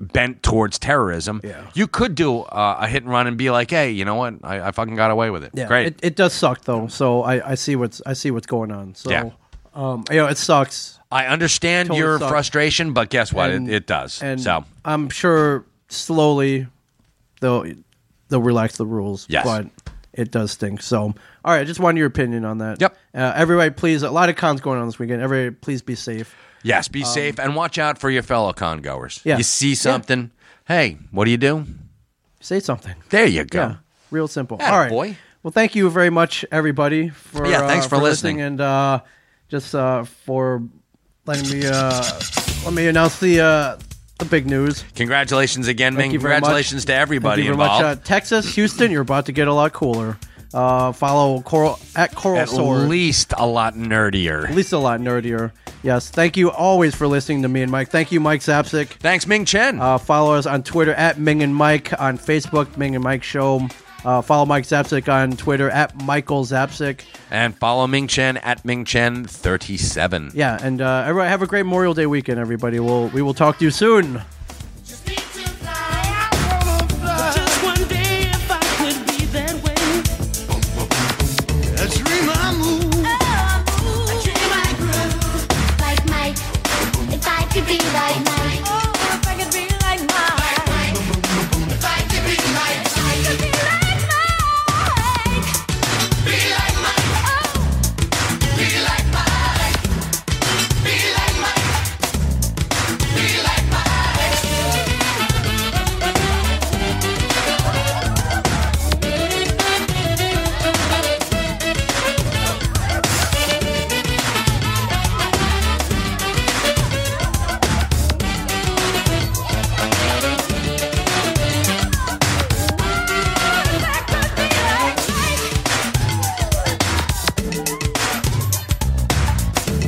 Speaker 12: bent towards terrorism. Yeah. you could do uh, a hit and run and be like, hey, you know what, I, I fucking got away with it.
Speaker 11: Yeah,
Speaker 12: Great.
Speaker 11: It, it does suck though. So I, I see what's I see what's going on. So
Speaker 12: Yeah.
Speaker 11: um, you know, it sucks.
Speaker 12: I understand
Speaker 11: Totally
Speaker 12: your
Speaker 11: sucks.
Speaker 12: frustration, but guess what?
Speaker 11: And-
Speaker 12: it, it does.
Speaker 11: And
Speaker 12: so
Speaker 11: I'm sure slowly they'll they'll relax the rules.
Speaker 12: Yes.
Speaker 11: But it does stink. So all right, I just wanted your opinion on that.
Speaker 12: Yep.
Speaker 11: Uh, everybody please a lot of cons going on this weekend. Everybody please be safe.
Speaker 12: yes, be
Speaker 11: Um,
Speaker 12: safe and watch out for your fellow con goers.
Speaker 11: Yeah.
Speaker 12: You see
Speaker 11: Yeah.
Speaker 12: something, hey, what do you do?
Speaker 11: Say something.
Speaker 12: There you go.
Speaker 11: Yeah. Real simple.
Speaker 12: Atta
Speaker 11: all right.
Speaker 12: boy.
Speaker 11: Well thank you very much everybody for
Speaker 12: Yeah, thanks
Speaker 11: uh,
Speaker 12: for listening.
Speaker 11: and uh, just uh, for letting me uh, let me announce the uh, the big news.
Speaker 12: Congratulations again, Ming.
Speaker 11: Thank you very much.
Speaker 12: Congratulations to everybody
Speaker 11: Thank you very
Speaker 12: involved.
Speaker 11: Much. Uh, Texas, Houston, you're about to get a lot cooler. Uh, follow Coral at Coral
Speaker 12: At
Speaker 11: Sword.
Speaker 12: least a lot nerdier.
Speaker 11: At least a lot nerdier. Yes. Thank you always for listening to me and Mike. Thank you, Mike Zapsik.
Speaker 12: Thanks, Ming Chen.
Speaker 11: Uh, follow us on Twitter at Ming and Mike on Facebook, Ming and Mike Show. Uh, follow Mike Zapsik on Twitter at Michael Zapsik.
Speaker 12: And follow Ming Chen at Ming Chen 37.
Speaker 11: Yeah, and uh, everybody have a great Memorial Day weekend, everybody. We'll we will talk to you soon.
Speaker 1: Just one day if I could be that way.
Speaker 2: A dream I move.
Speaker 3: A dream I grew like Mike. If I could be like Mike. Oh, if I could be like Mike. If I could be like Mike. Be like Mike. Be like Mike. Oh. Be like Mike. Be like Mike. Be like Mike.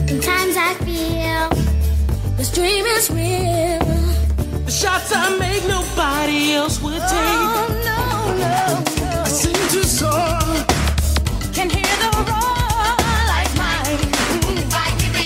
Speaker 4: Sometimes I feel this dream is real.
Speaker 1: The shots I make, nobody else would take.
Speaker 4: Oh, no, no, no.
Speaker 1: I seem to soar.
Speaker 4: Can hear the roar like mine.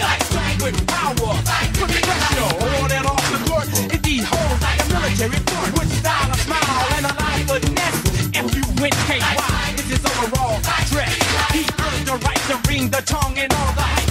Speaker 10: door. Put the pressure on and off the court. It holds like a military court. With style, a smile, and a lot of finesse. If you win KY, it's his overall dress. He earned the right to ring the tongue and all the hype.